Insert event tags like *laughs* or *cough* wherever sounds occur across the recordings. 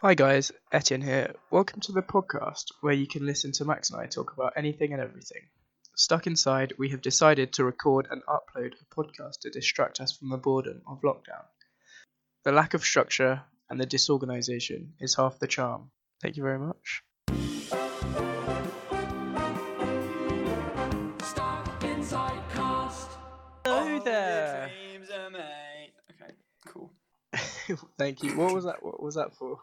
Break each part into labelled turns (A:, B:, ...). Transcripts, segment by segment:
A: Hi guys, Etienne here. Welcome to the podcast where you can listen to Max and I talk about anything and everything. Stuck inside, we have decided to record and upload a podcast to distract us from the boredom of lockdown. The lack of structure and the disorganisation is half the charm. Thank you very much.
B: Stuck inside cast.
A: Hello Oh, there.
B: Okay, cool.
A: *laughs* Thank you. What was that? What was that for?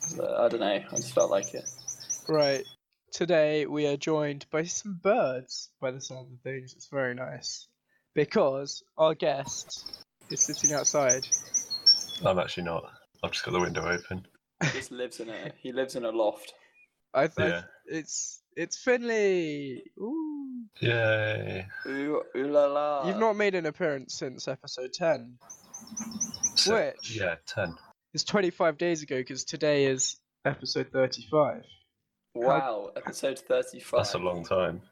B: So, I don't know. I just felt like it.
A: Right. Today we are joined by some birds by the sound of things. It's very nice. Because our guest is sitting outside.
C: I'm actually not. I've just got the window open.
B: He just lives in a he lives in a loft.
A: I th-
C: Yeah.
A: it's it's Finley. Ooh.
C: Yay.
B: Ooh, ooh la la.
A: You've not made an appearance since episode ten.
C: So-
A: Which
C: Yeah, 10.
A: is twenty five days ago because today is episode thirty five.
B: Wow, episode thirty-five.
C: That's a long time.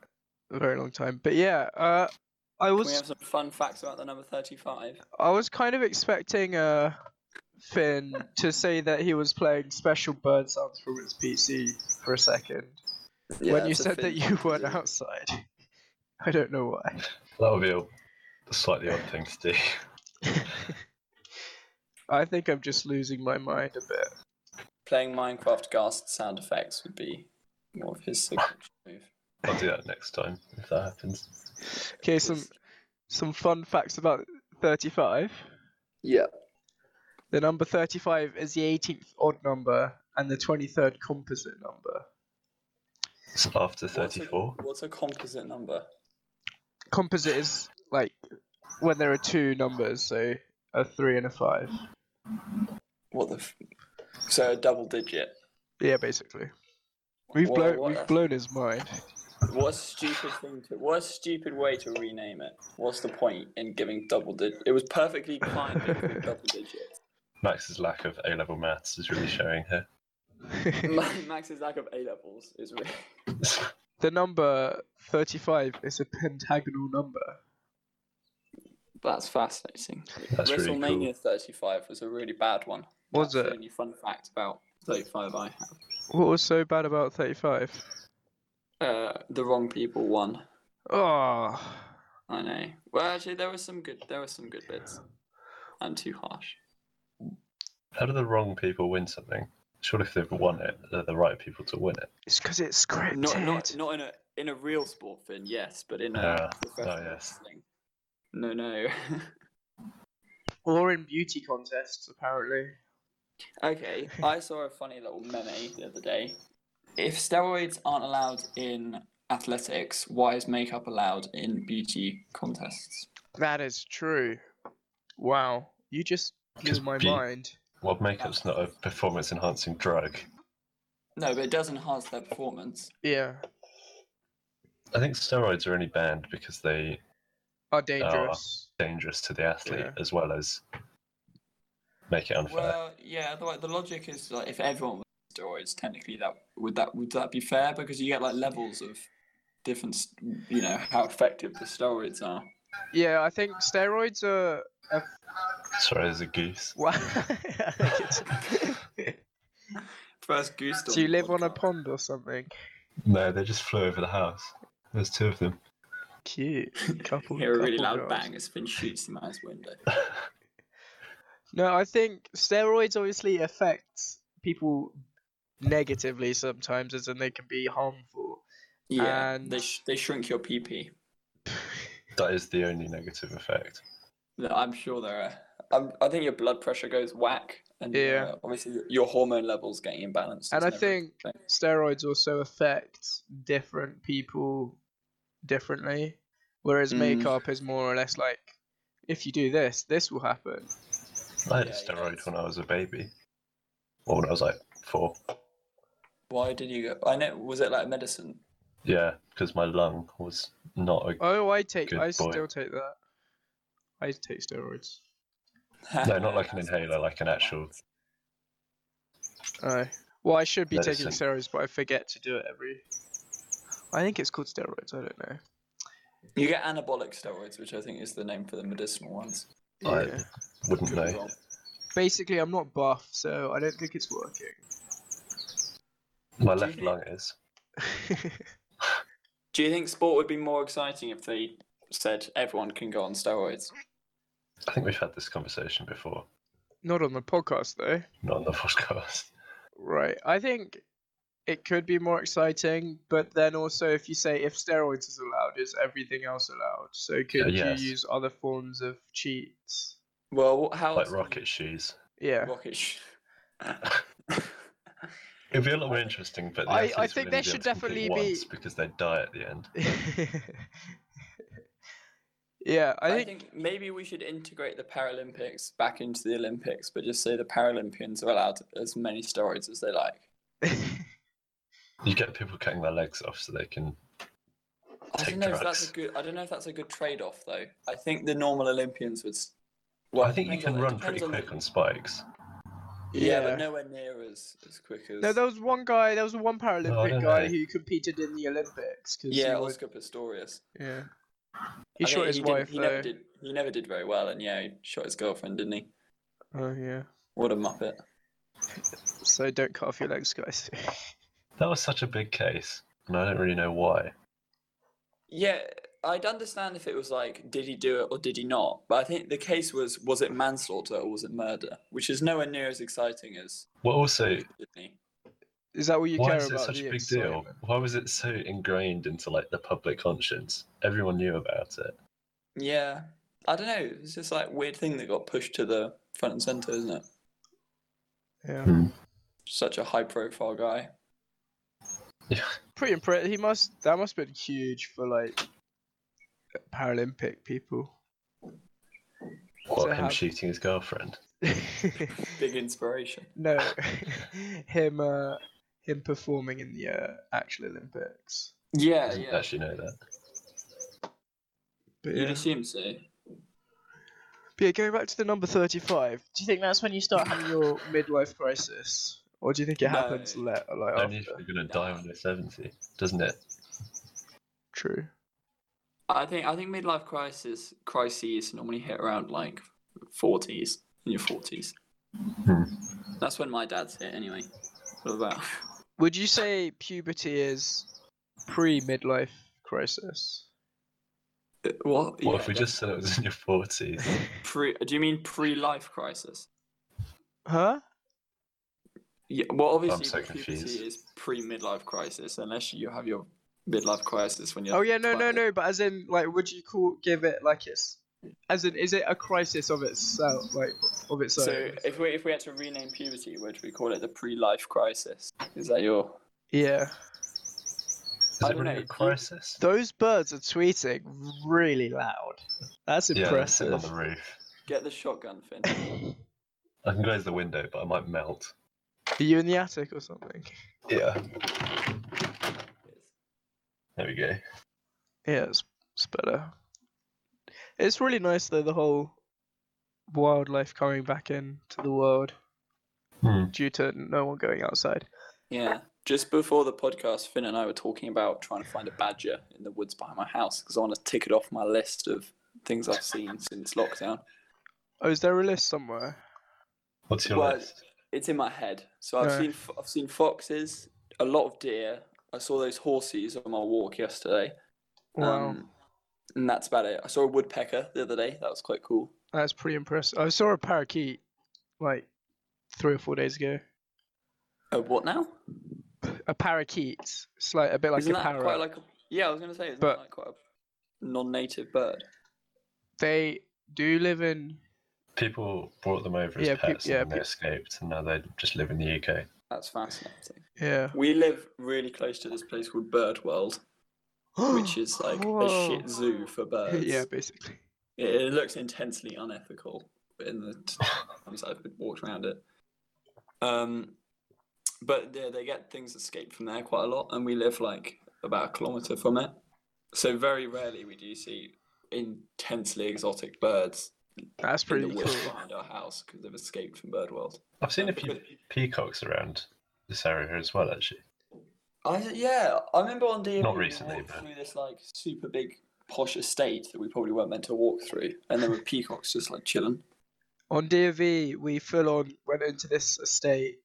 A: A very long time. But yeah, uh I
B: Can we
A: was
B: have some fun facts about the number thirty-five?
A: I was kind of expecting uh, Finn to say that he was playing special bird sounds from his PC for a second when you said that you weren't outside. *laughs* I don't know why.
B: *laughs*
C: That would be a a slightly odd thing to do. *laughs*
A: I think I'm just losing my mind a bit.
B: playing Minecraft Ghast sound effects would be more of his signature move.
C: I'll do that next time if that happens.
A: Okay, some some fun facts about 35.
B: Yeah.
A: The number 35 is the 18th odd number and the 23rd composite number.
C: It's after 34.
B: What's a, what's a composite number?
A: Composite is like when there are two numbers, so a 3 and a 5.
B: What the? F- so a double digit.
A: Yeah, basically. We've
B: What-
A: blown
B: what
A: we've
B: a-
A: blown his mind. *laughs*
B: What a stupid thing to what a stupid way to rename it. What's the point in giving double digit? It was perfectly fine to give double digits. *laughs*
C: Max's lack of A level maths is really showing here.
B: Ma- Max's lack of A levels is really
A: the number 35 is a pentagonal number.
B: *laughs* that's fascinating.
C: That's really cool.
B: WrestleMania 35 was a really bad one.
A: Was
B: that's The
A: it?
B: only fun fact about 35 I have.
A: What was so bad about 35?
B: Uh, the wrong people won.
A: Oh.
B: I know. Well, actually, there were some good. There were some good bits. And too harsh.
C: How do the wrong people win something? Surely if they've won it, they're the right people to win it.
A: It's because it's scripted.
B: Not not not in a in a real sport, Finn. Yes, but in a
C: Ah, oh,
B: professional
C: yes.
B: wrestling. No, *laughs* no.
A: Or in beauty contests, apparently.
B: Okay, I saw a funny little meme the other day. If steroids aren't allowed in athletics, why is makeup allowed in beauty contests?
A: That is true. Wow. You just blew
C: 'Cause
A: my
C: be-
A: mind.
C: Well, makeup's not a performance enhancing drug.
B: No, but it does enhance their performance.
A: Yeah.
C: I think steroids are only banned because they
B: Oh,
A: Are dangerous.
C: dangerous to the athlete
A: Yeah.
C: as well as make it unfair.
B: Well, yeah, the, like, the logic is like if everyone was steroids, technically that would that would that be fair because you get like levels of different, s- you know, how effective the steroids are.
A: Yeah, I think steroids are. *laughs*
C: Sorry, there's a goose.
B: *laughs*
A: Wow. Do
B: First goose.
A: you live on a pond or something?
C: No, they just flew over the house. There's two of them.
A: Cute. Couple.
B: Hear a really
A: couple
B: loud
A: girls.
B: bang as Finn shoots him out his window.
A: No, I think steroids obviously affect people negatively sometimes, as in they can be harmful.
B: Yeah,
A: And-
B: they sh- they shrink your PP.
C: That is the only negative effect.
B: No, I'm sure there are. I'm, I think your blood pressure goes whack, and
A: Yeah.
B: uh, obviously your hormone levels getting
A: And
B: imbalanced. is
A: I
B: never a
A: think-
B: good thing.
A: Steroids also affect different people differently, whereas
B: Mm.
A: makeup is more or less like, if you do this, this will happen.
C: I had
B: Yeah,
C: a
B: yeah,
C: steroid
B: it's-
C: when I was a baby, or when I was like four.
B: why did you go? I know. Was it like medicine?
C: Yeah, because my lung was not a
A: Oh, I take,
C: Good
A: I
C: boy.
A: still take that. I take steroids.
C: no, not like an inhaler, like an actual.
A: Oh, well, I should be taking
C: Medicine.
A: steroids, but I forget to do it every. I think it's called steroids. I don't know.
B: *laughs* You get anabolic steroids, which I think is the name for the medicinal ones.
C: I wouldn't
B: Could be
C: know.
B: wrong.
A: basically, I'm not buff, so I don't think it's working.
C: My
B: Do
C: left
B: you-
C: lung is.
B: Do you think sport would be more exciting if they said everyone can go on steroids?
C: I think we've had this conversation before,
A: *laughs* not on the podcast, though.
C: not on the *laughs* podcast.
A: Right. I think it could be more exciting, but then also, if you say if steroids is allowed, is everything else allowed? So could
C: Uh, yes.
A: you use other forms of cheats?
B: Well, wh- how
C: Like
B: else-
C: rocket shoes.
A: Yeah.
B: rocket. sh-
C: It'd be a lot more interesting, but the
A: I- I
C: athletes would
A: think
C: only
A: there
C: be able
A: should
C: to compete
A: definitely be-
C: once because they die at the end.
A: *laughs* yeah, I
B: I,
A: think,
B: think... maybe we should integrate the Paralympics back into the Olympics, but just say the Paralympians are allowed as many steroids as they like.
C: You get people cutting their legs off so they can.
B: I
C: Take
B: don't know if that's
C: drugs.
B: a good. I don't know if that's a good trade-off, though. I think the normal Olympians would. s-
C: Well, I think you
B: depends
C: can
B: on- it
C: run
B: depends
C: pretty
B: the-
C: quick on spikes.
B: Yeah,
A: Yeah.
B: but nowhere near as, as quick
A: *laughs*
B: as.
A: no, there was one guy, there was one Paralympic
C: Oh, don't
A: guy
C: know.
A: who competed in the Olympics. 'cause
B: yeah,
A: he was,
B: Oscar Pistorius.
A: yeah. He
B: I think
A: shot his
B: didn't-
A: wife,
B: He
A: though.
B: never did. He never did very well, and yeah, he shot his girlfriend, didn't he?
A: Oh, yeah.
B: What a muppet!
A: So don't cut off your legs, guys.
C: That was such a big case, and I don't really know why.
B: Yeah, I'd understand if it was like, did he do it or did he not? But I think the case was, was it manslaughter or was it murder? Which is nowhere near as exciting as
C: Well, also,
B: Sydney.
A: Is that what you
C: why
A: care
C: is it
A: about?
C: such
A: the
C: a big deal?
A: excitement?
C: Why was it so ingrained into like the public conscience? Everyone knew about it.
B: Yeah, I don't know. It's just like weird thing that got pushed to the front and center, isn't it?
A: Yeah.
B: Such a high profile guy.
A: pretty impressed. He must. That must have been huge for like Paralympic people. *laughs*
C: What him
A: how-
C: shooting his girlfriend?
B: Big inspiration.
A: no, *laughs* him. Uh, him performing in the uh, actual Olympics.
B: Yeah,
C: I didn't
B: yeah.
C: actually know that.
A: But
B: You'd
A: yeah.
B: assume so.
A: but yeah, going back to the number thirty-five. Do you think that's when you start having your midlife crisis, or do you think it
B: No.
A: happens le- like
C: Only if
A: after?
C: you're gonna die when you're seventy, doesn't it?
A: True.
B: I think I think midlife crisis crises normally hit around like forties in your forties.
C: Hmm.
B: That's when my dad's hit anyway. What about? *laughs* Uh,
A: Would you say puberty is pre-midlife crisis?
B: What?
C: Well,
B: Yeah,
C: if we just said it was in your forties,
B: pre? Do you mean pre-life crisis?
A: Huh?
B: Yeah. Well, obviously,
C: so confused.
B: puberty is pre-midlife crisis, unless you have your midlife crisis when you're.
A: Oh yeah, no, no,
B: 20.
A: no. But as in, like, would you call give it like it's, as in, is it a crisis of itself, like of its own?
B: So, if we if we had to rename puberty, would we call it the pre-life crisis? Is that your?
A: yeah,
C: is
B: I
C: it
B: don't know,
C: really
B: do
C: a
B: you-
C: crisis?
A: those birds are tweeting really loud. That's
C: Yeah, they're sitting on
A: *laughs* impressive.
C: the roof.
B: Get the shotgun, Finn.
C: I can close the window, but I might melt.
A: are you in the attic or something?
C: Yeah. There we go.
A: Yeah, it's, it's better. It's really nice though the whole wildlife coming back into the world
C: Hmm.
A: due to no one going outside.
B: Yeah. Just before the podcast, Finn and I were talking about trying to find a badger in the woods behind my house because I want to tick it off my list of things I've seen since lockdown.
A: Oh, is there a list somewhere?
C: What's your
B: Well,
C: list?
B: It's in my head. So I've
A: Yeah.
B: seen fo- I've seen foxes, a lot of deer. I saw those horses on my walk yesterday.
A: Wow,
B: Um, and that's about it. I saw a woodpecker the other day. That was quite cool.
A: that's pretty impressive. I saw a parakeet like three or four days ago.
B: Uh, what now?
A: a parakeet. It's like a bit like
B: Isn't
A: a
B: that
A: parrot.
B: quite like a, Yeah, I was going to say, isn't
A: But-
B: that like quite a non-native bird?
A: They do live in.
C: People brought them over as
A: Yeah, peop-
C: pets
A: yeah,
C: and they
A: peop-
C: escaped, and now they just live in the UK.
B: That's fascinating.
A: Yeah.
B: We live really close to this place called Bird World. which is
A: *gasps*
B: like a shit zoo for
A: *laughs*
B: birds.
A: yeah, basically.
B: It, it looks intensely unethical in the t- times I've walked around it. Um, but they, they get things escaped from there quite a lot, and we live like about a kilometre from it. So very rarely we do see intensely exotic birds
A: That's
B: in
A: pretty
B: the
A: cool.
B: woods behind our house because they've escaped from bird world.
C: I've seen a few peacocks around this area as well, actually.
B: I th- yeah, I remember on DMV
C: Not
B: we
C: recently,
B: walked
C: but-
B: through this like super big posh estate that we probably weren't meant to walk through, and there were peacocks just like chilling.
A: on DV, we full on went into this estate,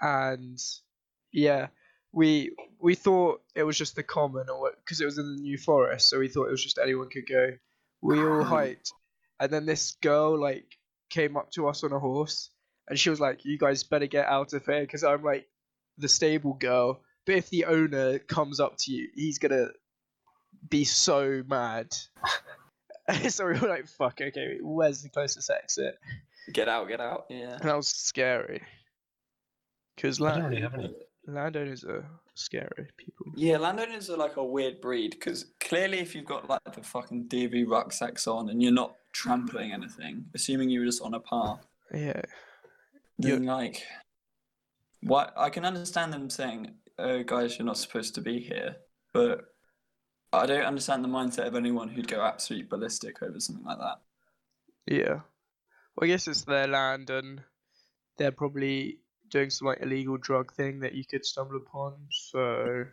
A: and yeah, we we thought it was just the common or because it was in the New Forest, so we thought it was just anyone could go. We all hiked, and then this girl like came up to us on a horse, and she was like, "You guys better get out of here," because I'm like the stable girl. But if the owner comes up to you, he's gonna be so mad. *laughs* so we were like, "Fuck, okay, where's the closest exit?"
B: Get out, get out. Yeah.
A: And that was scary. Because
C: I don't really
A: land-
C: have any.
A: landowners are scary people.
B: Yeah, landowners are like a weird breed because clearly, if you've got like the fucking DV rucksacks on and you're not trampling anything, assuming you were just on a path,
A: Yeah.
B: then like, what I can understand them saying, "Oh, guys, you're not supposed to be here," but I don't understand the mindset of anyone who'd go absolute ballistic over something like that.
A: Yeah. Well, I guess it's their land, and they're probably doing some like illegal drug thing that you could stumble upon. So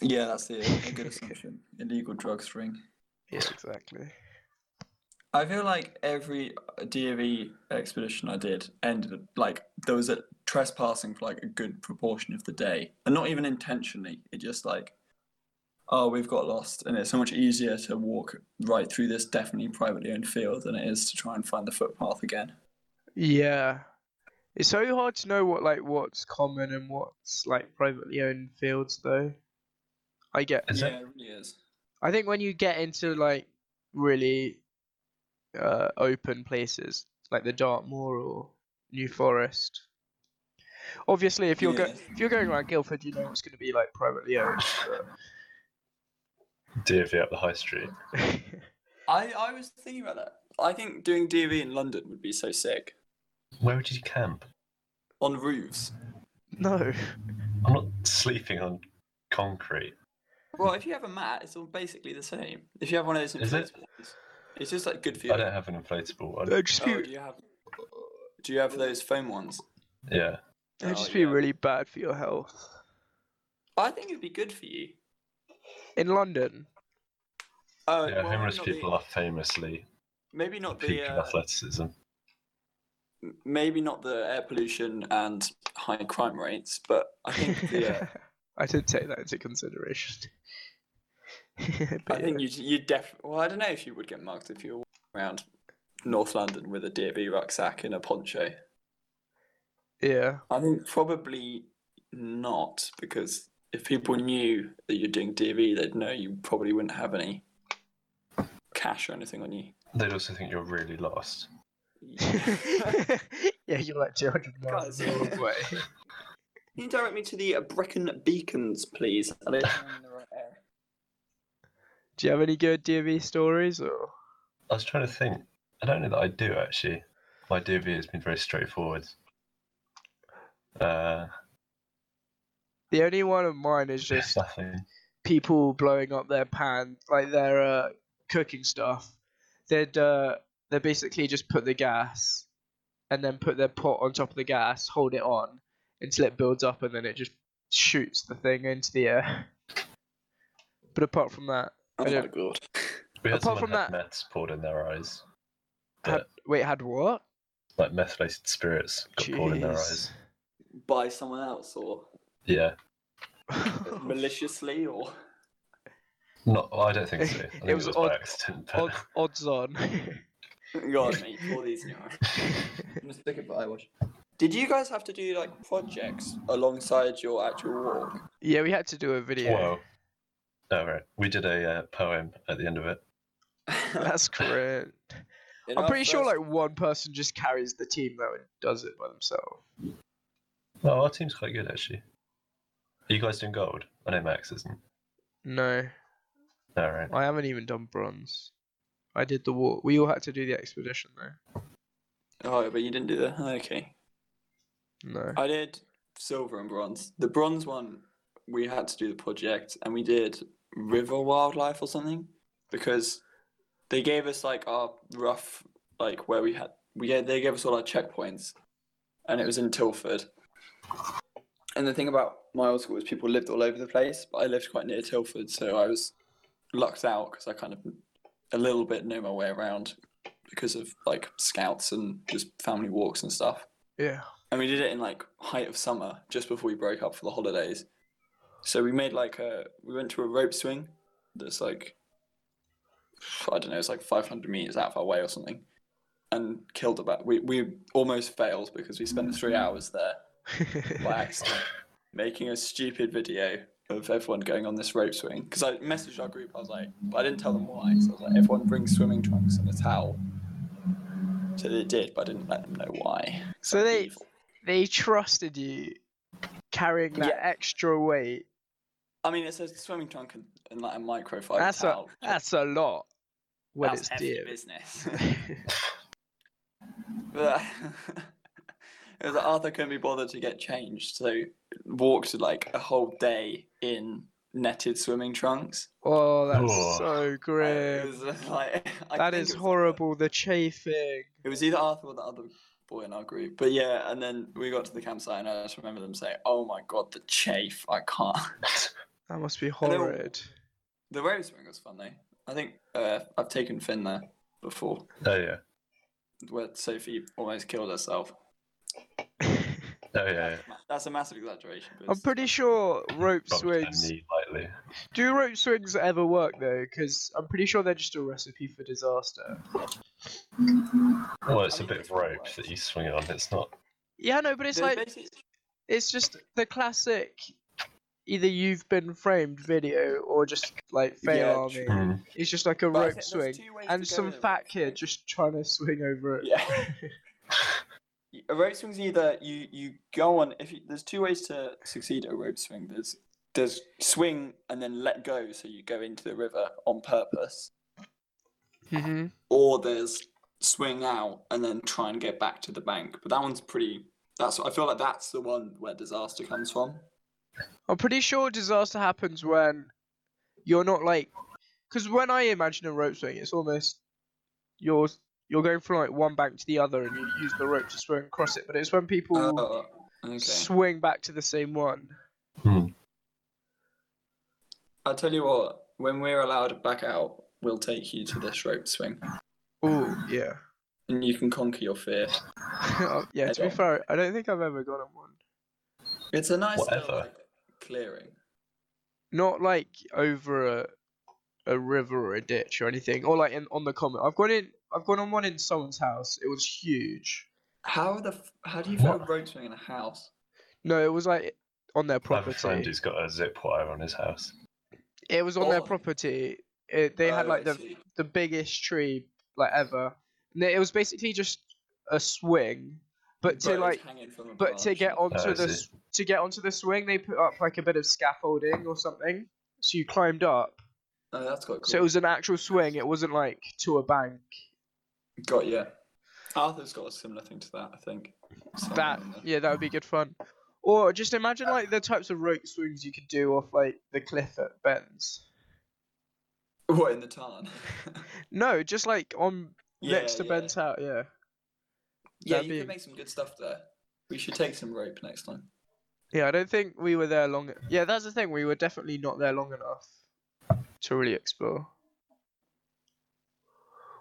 B: Yeah, that's the a good assumption. Illegal drugs ring.
A: yeah, exactly.
B: I feel like every DAV expedition I did ended up like there was a trespassing for like a good proportion of the day, and not even intentionally. It just like, oh, we've got lost, and it's so much easier to walk right through this definitely privately owned field than it is to try and find the footpath again.
A: Yeah. It's so hard to know what like what's common and what's like privately owned fields, though. I get.
C: Is
B: yeah,
C: it?
B: it really is.
A: I think when you get into like really uh, open places, like the Dartmoor or New Forest. Obviously, if you're go-
B: Yeah.
A: if you're going around Guildford, you know it's going to be like privately owned. but-
C: DV up the high street.
B: I I was thinking about that. I think doing DAV in London would be so sick
C: Where would you camp?
B: on roofs.
A: *laughs* no.
C: I'm not sleeping on concrete.
B: Well, if you have a mat, it's all basically the same. If you have one of those
C: Is it?
B: inflatable ones, it's just like good for
C: I
B: you.
C: don't have an inflatable one.
A: It'd just be,
B: Oh, do you have do you have those foam ones?
C: Yeah.
A: it'd just
B: Oh,
A: be
B: yeah.
A: really bad for your health.
B: I think it'd be good for you.
A: In London, *laughs*
B: Uh,
C: Yeah,
B: well,
C: homeless
B: maybe not
C: people
B: the,
C: are famously
B: maybe not
C: peak
B: the
C: of
B: uh,
C: athleticism.
B: m- maybe not the air pollution and high crime rates, but
A: *laughs*
B: I think the, uh,
A: I did take that into consideration. *laughs*
B: I
A: But
B: think
A: yeah.
B: you you def well I don't know if you would get mugged if you were walking around North London with a DB rucksack and a poncho.
A: yeah,
B: I think probably not because if people knew that you're doing DV, they'd know you probably wouldn't have any cash or anything on you.
C: They'd also think you're really lost.
B: *laughs*
A: yeah, *laughs* you're like 200 miles
B: *laughs* Guys, yeah.
A: away.
B: Can you direct me to the Brecon Beacons, *laughs* please? I don't the right area.
A: Do you have any good DV stories or?
C: I was trying to think. I don't know that I do actually. My DV has been very straightforward. Uh,
A: The only one of mine is just
C: *laughs* just nothing.
A: people blowing up their pan, like their uh, cooking stuff. They'd uh, they basically just put the gas, and then put their pot on top of the gas, hold it on until it builds up, and then it just shoots the thing into the air. *laughs* But apart from that,
B: Oh
A: Yeah.
B: my god.
C: We had
A: Apart
C: someone
A: from
C: had
A: that-
C: meth poured in their eyes,
A: had, wait, had what?
C: like methylated spirits got poured in their eyes.
B: By someone else or
C: Yeah,
A: *laughs*
B: Oh.
A: Jeez.
B: maliciously *laughs* or.
C: not. well, I don't
A: *laughs*
C: think so. I
A: It
C: think it
A: was
C: was,
A: odd-
C: by accident. But *laughs*
A: Odds, odds on. *laughs*
B: God, mate, pour these in your eyes. I'm gonna stick it by watch. Did you guys have to do like projects alongside your actual walk? *laughs*
A: yeah, we had to do a video.
C: Whoa. Oh, right. We did a uh, poem at the end of it.
A: That's correct.
B: In
A: I'm
B: our
A: pretty sure
B: first-
A: like one person just carries the team though and does it by themselves.
C: No, Oh, our team's quite good actually. Are you guys doing gold? I know Max isn't.
A: No,
C: All right. *laughs*
A: I haven't even done bronze. I did the walk. We all had to do the expedition though.
B: Oh, but you didn't do that. Okay.
A: No.
B: I did silver and bronze. The bronze one, we had to do the project, and we did river wildlife or something because they gave us like our rough, like where we had we gave, they gave us all our checkpoints, and it was in Tilford. And the thing about my old school was people lived all over the place, but I lived quite near Tilford, so I was lucked out because I kind of a little bit know my way around because of like scouts and just family walks and stuff.
A: Yeah.
B: And we did it in like height of summer, just before we broke up for the holidays. So we made like a we went to a rope swing that's like I don't know, it's like 500 meters out of our way or something, and killed about. We we almost failed because we spent three hours there by accident making a stupid video of everyone going on this rope swing because I messaged our group. I was like, but I didn't tell them why. So I was like, everyone bring swimming trunks and a towel. So they did, but I didn't let them know why.
A: so they
B: Evil.
A: *laughs* they trusted you carrying that
B: Yeah.
A: extra weight.
B: I mean, it says swimming trunk and, and like a microfiber
A: That's a
B: towel.
A: that's a lot. When
B: That's
A: it's
B: hefty
A: dear.
B: business. *laughs* But *laughs* it was like Arthur couldn't be bothered to get changed, so walked like a whole day in netted swimming trunks.
A: *laughs* oh, that's
C: Oh.
A: so
B: Like,
A: grim.
B: it was just like- *laughs* I
A: that
B: think
A: is
B: it was-
A: horrible. The chafing.
B: It was either Arthur or the other boy in our group. But yeah, and then we got to the campsite, and I just remember them saying, "Oh my god, the chafe! I can't." *laughs*
A: That must be
B: then-
A: horrid. *laughs*
B: the rope swing was fun though. I think uh, I've taken Finn there before,
C: Oh yeah.
B: where Sophie almost killed herself.
C: Oh yeah. yeah.
B: That's a massive exaggeration. But
A: I'm
B: it's-
A: pretty sure rope
C: Bumped her
A: swings.
C: knee lightly.
A: Do rope swings ever work though? Because I'm pretty sure they're just a recipe for disaster.
C: Well, it's
B: I
C: a
B: mean,
C: bit of
B: it's all
C: rope
B: right.
C: that you swing on. It's not.
A: Yeah, no, but it's
B: They're
A: like
B: basically-
A: it's just the classic. Either you've been framed video or just like fail
B: Yeah,
A: army.
B: true.
C: Mm.
A: It's just like a
B: But I
A: rope
B: think there's
A: swing
B: two ways
A: and
B: to go
A: some
B: with a
A: fat
B: rope
A: kid
B: swing.
A: just trying to swing over *laughs* it.
B: Yeah. *laughs* a rope swing's either you you go on. If you, there's two ways to succeed at a rope swing. There's there's swing and then let go, so you go into the river on purpose,
A: Mm-hmm.
B: or there's swing out and then try and get back to the bank. But that one's pretty. That's I feel like that's the one where disaster comes from.
A: I'm pretty sure disaster happens when you're not like, because when I imagine a rope swing, it's almost you're you're going from like one bank to the other and you use the rope to swing across it. But it's when people
B: Oh, okay.
A: swing back to the same
B: *sighs*
A: one.
B: I'll tell you what. When we're allowed back out, we'll take you to this rope swing,
A: Oh yeah, *laughs* Uh,
B: and you can conquer your fear.
A: yeah. To be
B: Okay.
A: fair, I don't think I've ever gone on one.
B: It's a nice little,
C: Whatever.
B: like, clearing.
A: Not like over a a river or a ditch or anything, or like in, on the common. I've gone in. I've gone on one in someone's house. It was huge.
B: How the f- how do you feel
C: What?
B: rope swing in a house?
A: No, it was like on their
C: I have a
A: property.
C: friend who's got a zip wire on his house.
A: It was on their
B: Oh.
A: property. It, they had
B: Oh,
A: like
B: I
A: the
B: see.
A: the biggest tree like ever. And it was basically just a swing, but
B: But
A: to
B: it was
A: like
B: hanging from a
A: but to
B: branch.
A: get onto
C: I
A: the
C: see.
A: s- to get onto the swing, they put up like a bit of scaffolding or something. So you climbed up.
B: oh, that's quite cool.
A: So it was an actual swing. It wasn't like to a bank.
B: got yeah. Arthur's got a similar thing to that, I think. Somewhere
A: That
B: in there.
A: yeah, that would be good fun. Or just imagine like the types of rope swings you could do off like the cliff at Ben's.
B: What in the tarn? *laughs*
A: No, just like on
B: Yeah,
A: next to
B: yeah.
A: Ben's house. Yeah.
B: Yeah,
A: that'd
B: you
A: be-
B: can make some good stuff there. We should take some rope next time.
A: Yeah, I don't think we were there long. Yeah, that's the thing. We were definitely not there long enough to really explore.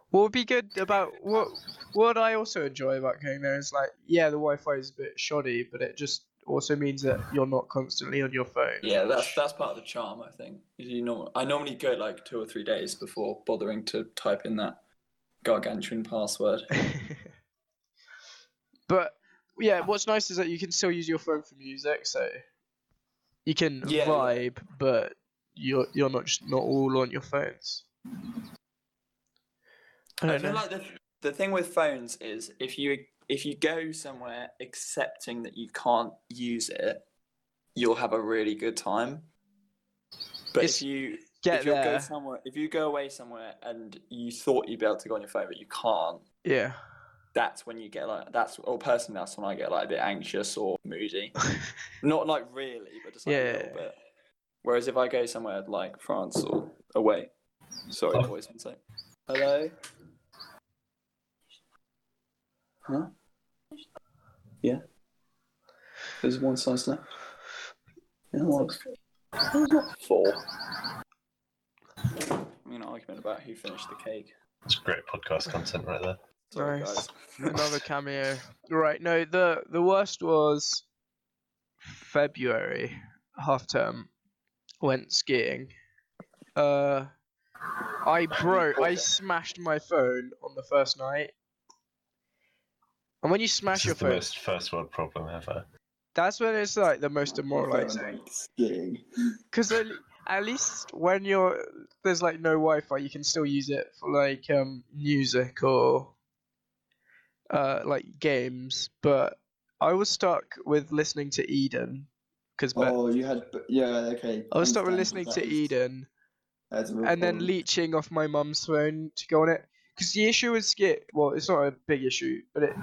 A: What would be good about what what I also enjoy about going there is like, yeah, the Wi-Fi is a bit shoddy, but it just also means that you're not constantly on your phone.
B: Yeah, that's that's part of the charm, I think. You know, I normally go like two or three days before bothering to type in that gargantuan password.
A: *laughs* but yeah, what's nice is that you can still use your phone for music, so you can
B: Yeah, yeah.
A: vibe, but you're you're not just not all on your phones. I
B: I
A: don't
B: feel
A: know.
B: like the, the thing with phones is if you if you go somewhere accepting that you can't use it, you'll have a really good time. But
A: It's-
B: if you
A: Get
B: if you go
A: there.
B: somewhere, if you go away somewhere and you thought you'd be able to go on your phone but you can't,
A: Yeah.
B: that's when you get like that's or personally that's when I get like a bit anxious or
A: *laughs*
B: moody. Not like really, but just like a
A: Yeah.
B: little bit. Whereas if I go somewhere like France or away, sorry,
C: Oh.
B: boys, one sec. Hello. Huh? Yeah. There's one slice left. Yeah, well, it's- it's not four. I'm gonna argument about who finished the cake.
C: It's great podcast content right there.
B: Sorry,
A: Nice.
B: guys.
A: Another cameo. Right, no, the the worst was February half term. Went skiing. Uh I broke I smashed my phone on the first night. And when you smash
C: This
A: your
C: is the
A: phone,
C: most first world problem ever.
A: that's when it's like the most demoralizing.
B: Like skiing.
A: Because at, at least when you're there's like no Wi-Fi, you can still use it for like um music or uh like games. But I was stuck with listening to Eden because
D: Oh, you had yeah. Okay.
A: I was stuck with
D: understand.
A: listening to
D: That is-
A: Eden
D: that's a real
A: and then
D: problem.
A: leeching off my mum's phone to go on it. Because the issue with skip, well, it's not a big issue, but it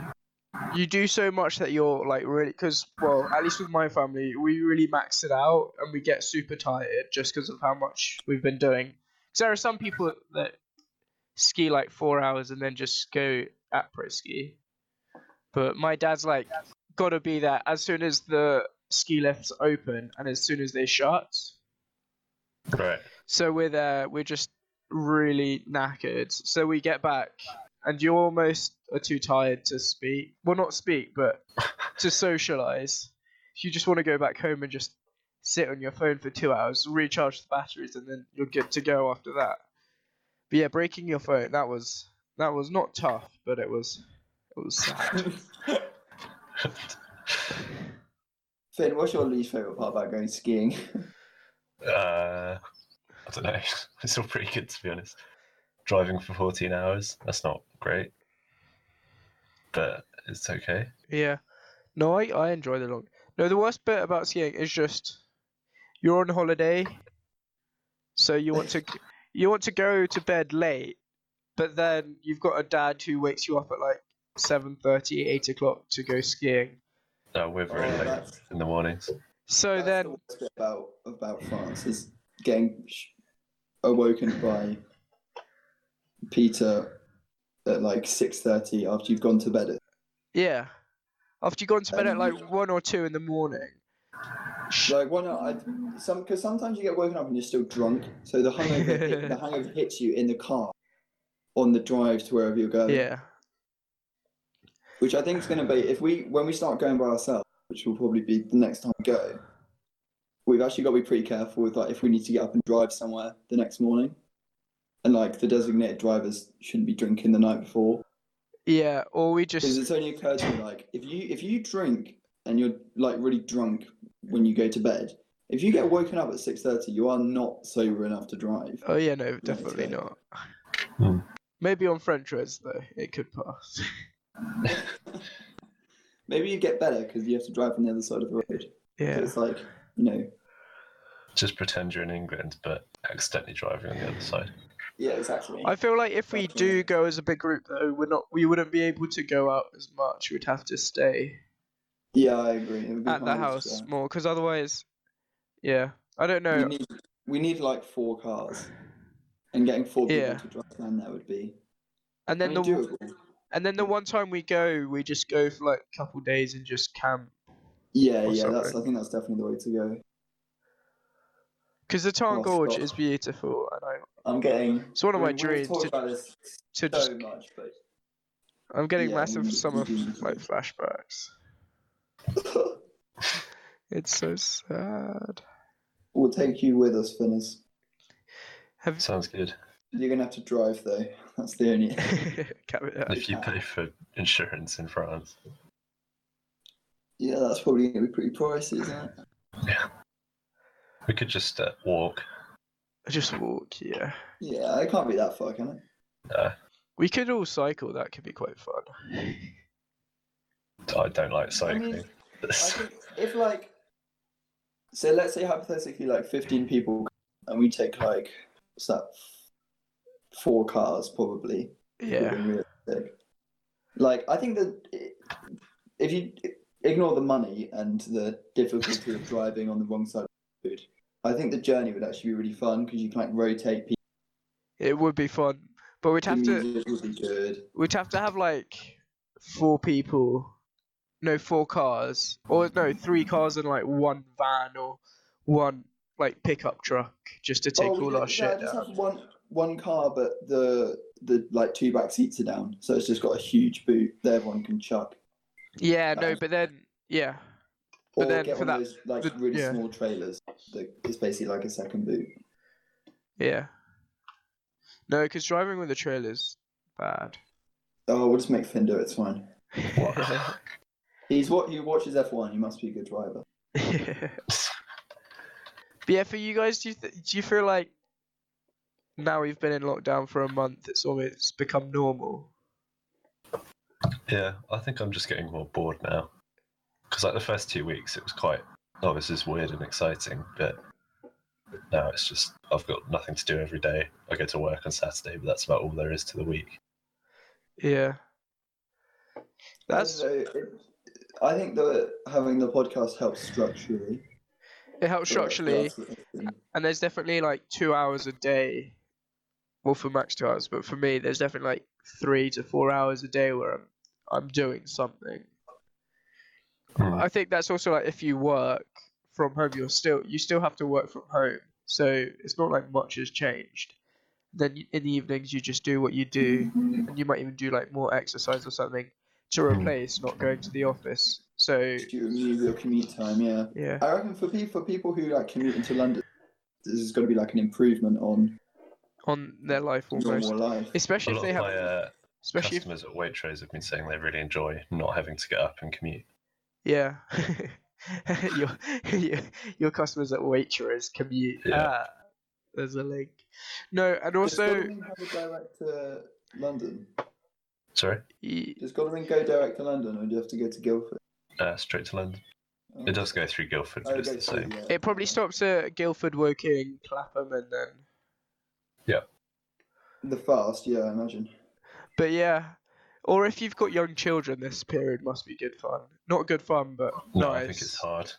A: you do so much that you're like really because well, at least with my family, we really max it out and we get super tired just because of how much we've been doing. Because there are some people that ski like four hours and then just go at pro ski, but my dad's like gotta be there as soon as the ski lifts open and as soon as they shut.
C: Right.
A: So we're there, we're just really knackered. So we get back, and you almost are too tired to speak. Well, not speak, but to socialize. You just want to go back home and just sit on your phone for two hours, recharge the batteries, and then you're good to go after that. But yeah, breaking your phone that was that was not tough, but it was it was sad.
C: *laughs* Uh,
D: Finn, what's your least favorite part about going skiing?
C: Uh, I don't know. *laughs* It's all pretty good to be honest. Driving for 14 hours, that's not great. But it's okay.
A: Yeah. No, I, I enjoy the long. No, the worst bit about skiing is just you're on holiday, so you want to g- you want to go to bed late, but then you've got a dad who wakes you up at like 7:30, 8 o'clock to go skiing.
C: Uh, we're very
D: Oh,
C: late
D: that's-
C: in the mornings.
A: So
D: That's
A: then
D: the worst bit about about France is getting sh- awoken by Peter at like six thirty after you've gone to bed. At,
A: yeah, after you've gone to bed at
D: Um,
A: like one or two in the morning, sh-
D: like one, I some because sometimes you get woken up and you're still drunk, so the hangover hit- the
A: *laughs*
D: hangover hits you in the car on the drive to wherever you're going.
A: yeah,
D: Which I think is going to be if we when we start going by ourselves, which will probably be the next time we go. We've actually got to be pretty careful with like if we need to get up and drive somewhere the next morning, and like the designated drivers shouldn't be drinking the night before
A: yeah, or we
D: because
A: just
D: it's only occurred to me like if you if you drink and you're like really drunk when you go to bed, if you get woken up at six thirty, you are not sober enough to drive.
A: oh yeah, no, definitely
D: okay.
A: not.
C: Hmm.
A: Maybe on French roads though, it could pass. *laughs*
D: Maybe you get better because you have to drive on the other side of the road. So
A: yeah.
D: it's like you know,
C: Just pretend you're in England, but accidentally driving on the other side.
D: yeah, exactly.
A: I feel like if we do
D: Definitely.
A: go as a big group, though, we're not we wouldn't be able to go out as much. We'd have to stay
D: Yeah, I agree. It would be
A: at the
D: harder to
A: house
D: drive.
A: more, because otherwise, yeah, I don't know.
D: We need, we need like four cars, and getting four people
A: Yeah.
D: to drive down there would be.
A: and then
D: I
A: the
D: mean,
A: w-
D: doable.
A: and then the one time we go, we just go for like a couple days and just camp.
D: yeah,
A: or
D: yeah. That's
A: something.
D: I think that's definitely the way to go.
A: Because the Tarn
D: Oh,
A: Gorge
D: stop.
A: is beautiful, and I,
D: I'm getting.
A: it's one of my
D: we- we've
A: dreams
D: talked
A: to,
D: about this
A: to just.
D: so much, but
A: I'm getting
D: yeah,
A: massive
D: we-
A: summer
D: we need to
A: like
D: do.
A: flashbacks. It's so sad.
D: *laughs* we'll take you with us, Finners.
A: Have *laughs*
C: Sounds good.
D: You're gonna have to drive though. *laughs* That's the only.
A: caveat.
C: If you pay for insurance in France,
D: Yeah, that's probably gonna be pretty pricey, isn't it?
C: we could just uh, walk.
A: just walk. Yeah,
D: Yeah, it can't be that far, can it?
C: Uh,
A: we could all cycle. That could be quite
D: *laughs*
A: fun.
C: I don't like
D: I
C: cycling.
D: mean,
C: *laughs*
D: I think if like, so let's say hypothetically, like fifteen people, and we take like what's that? Four cars probably. if we're
A: Yeah.
D: being realistic. Like I think that if you ignore the money and the difficulty of driving on the wrong side of the road, I think the journey would actually be really fun because you can like rotate people.
A: It would be fun, but we'd have
D: the
A: to
D: music would be good.
A: we'd have to have like four people, no four cars, or no three cars and like one van or one like pickup truck just to take
D: Oh, we
A: all our
D: don't- no,
A: shit
D: just
A: down.
D: have one one car, but the the like two back seats are down, so it's just got a huge boot that everyone can chuck.
A: Yeah, no,
D: Nice.
A: but then yeah, But
D: Or
A: then
D: get
A: for
D: one
A: that-
D: of those like
A: the-
D: really
A: yeah.
D: small trailers that is basically like a second boot.
A: yeah. No, because driving with a trailer's bad.
D: Oh, we'll just make Finn do it. It's fine. *laughs*
C: What?
D: He's what he watches F one. He must be a good driver.
A: *laughs* but yeah, for you guys, do you th- do you feel like now we've been in lockdown for a month, it's almost become normal?
C: yeah, I think I'm just getting more bored now. Because like the first two weeks, it was quite, oh, this is weird and exciting, but now it's just I've got nothing to do every day. I go to work on Saturday, but that's about all there is to the week.
A: Yeah. That's
D: So it- I think that having the podcast helps structurally.
A: it helps structurally, and there's definitely like two hours a day. Well, for Max, two hours, but for me, there's definitely like three to four hours a day where I'm I'm doing something.
C: Hmm.
A: I think that's also like if you work from home, you're still you still have to work from home, so it's not like much has changed. Then you- in the evenings, you just do what you do, and you might even do like more exercise or something to
C: Mm.
A: replace not going to the office. So
D: You remove your commute time, yeah.
A: yeah,
D: I reckon for people for people who like commute into London, this has got to be like an improvement on
A: on their life almost,
D: normal life.
C: A
A: especially if
C: lot
A: they
C: of
A: have,
C: my uh,
A: especially if,
C: customers at Waitrose have been saying they really enjoy not having to get up and commute.
A: yeah. *laughs* your, *laughs* your your customers at Waitrose commute.
C: Yeah.
A: Ah, there's a link. No, and also
D: Does Godalming have a direct to London?
C: Sorry,
A: y-
D: Does Godalming go direct to London, or do you have to go to Guildford?
C: uh, straight to London. It does go through Guildford,
D: Oh,
C: but it's
D: go
C: the
D: through,
C: same.
D: yeah.
A: It probably stops at Guildford, Woking, Clapham, and then.
D: the fast. Yeah, I imagine.
A: But yeah, or if you've got young children, this period must be good fun. Not good fun, but
C: No,
A: nice.
C: I think it's hard.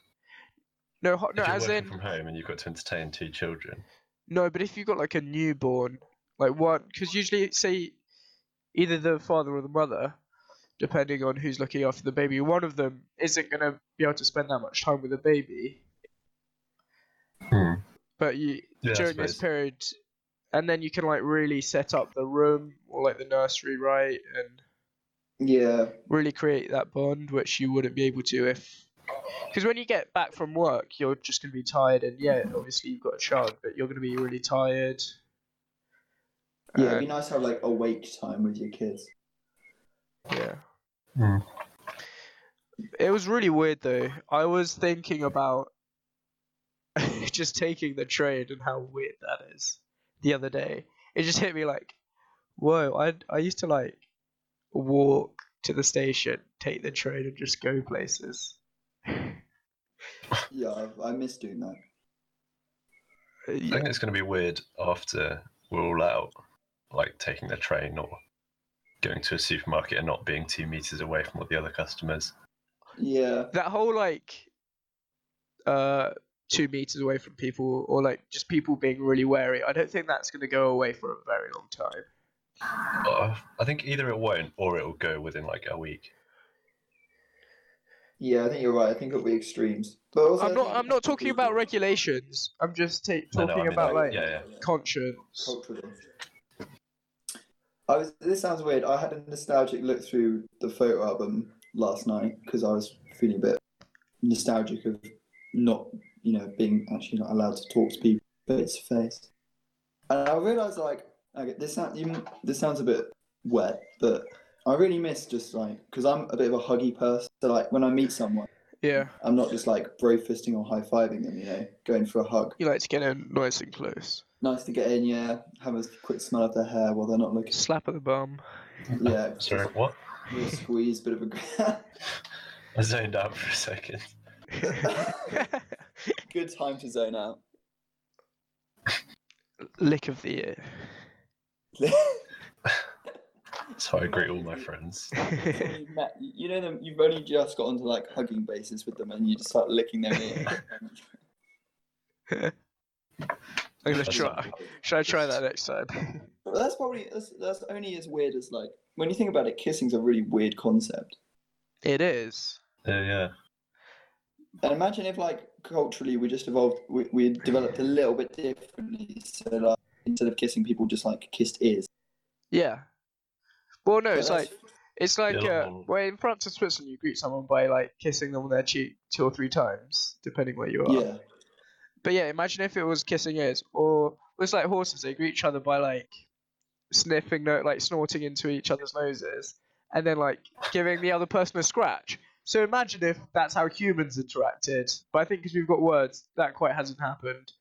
A: No, ho- no,
C: if you're
A: as
C: working
A: in
C: from home and you've got to entertain two children.
A: no. But if you've got like a newborn, like one, because usually say either the father or the mother, depending on who's looking after the baby, one of them isn't gonna be able to spend that much time with the baby.
C: Hmm.
A: But you
C: Yeah, I
A: during this
C: suppose.
A: period, and then you can like really set up the room or like the nursery right and.
D: Yeah,
A: really create that bond, which you wouldn't be able to if. Because when you get back from work, you're just going to be tired, and yeah, obviously you've got a child, but you're going to be really tired.
D: yeah. It'd be
A: and-
D: nice to have like awake time with your kids.
A: yeah.
C: Hmm.
A: It was really weird though. I was thinking about *laughs* just taking the train and how weird that is. The other day, it just hit me like, whoa! I I used to like walk to the station, take the train, and just go places.
D: Yeah, I, I miss doing that.
A: Uh,
C: I think it's going to be weird after we're all out, like taking the train or going to a supermarket and not being two meters away from all the other customers.
D: Yeah,
A: that whole like uh two meters away from people or like just people being really wary i don't think that's going to go away for a very long time
C: Uh, I think either it won't or it will go within like a week.
D: yeah. I think you're right. I think it'll be extremes. But also, I
A: i'm not
D: think-
A: i'm not talking about regulations i'm just ta-
C: No, no, I
A: talking
C: mean,
A: about
C: like,
A: like
C: yeah, yeah.
A: conscience
D: culturally. I was. This sounds weird. I had a nostalgic look through the photo album last night because I was feeling a bit nostalgic of not, you know, being actually not allowed to talk to people face to face. And I realised, like, okay, this sounds you, this sounds a bit wet, but I really miss just like because I'm a bit of a huggy person. So like when I meet someone,
A: yeah
D: I'm not just like bro fisting or high fiving them, you know, going for a hug.
A: you like to get in nice and close
D: Nice to get in, yeah. Have a quick smell of their hair while they're not
A: *laughs*
D: looking.
A: slap at the bum
D: Yeah,
C: Sorry, what?
D: Real squeeze, bit of a
C: I zoned out for a second.
D: *laughs*
C: *laughs*
D: good time to zone out.
A: lick of the *laughs* ear
C: So I greet all my friends.
D: you met- you know them. You've only just got onto like hugging basis with them, and you just start licking their ear.
A: i'm gonna try should i try that next time
D: But that's probably that's, that's only as weird as like when you think about it. Kissing's a really weird concept.
A: it is
C: Yeah, yeah.
D: And imagine if like culturally we just evolved, we, we developed a little bit differently. So like
B: instead of kissing people, just like kissed ears.
A: Yeah. Well, no,
B: But
A: Oh, it's like
B: that's-
A: it's like
C: Yeah,
A: uh,
C: well-
A: well, in France and Switzerland, you greet someone by like kissing them on their cheek two or three times, depending where you are.
B: yeah,
A: But yeah, imagine if it was kissing ears, or it's like horses. They greet each other by like sniffing, no, like snorting into each other's noses, and then like giving the other person a scratch. So imagine if that's how humans interacted. But I think because we've got words, that quite hasn't happened.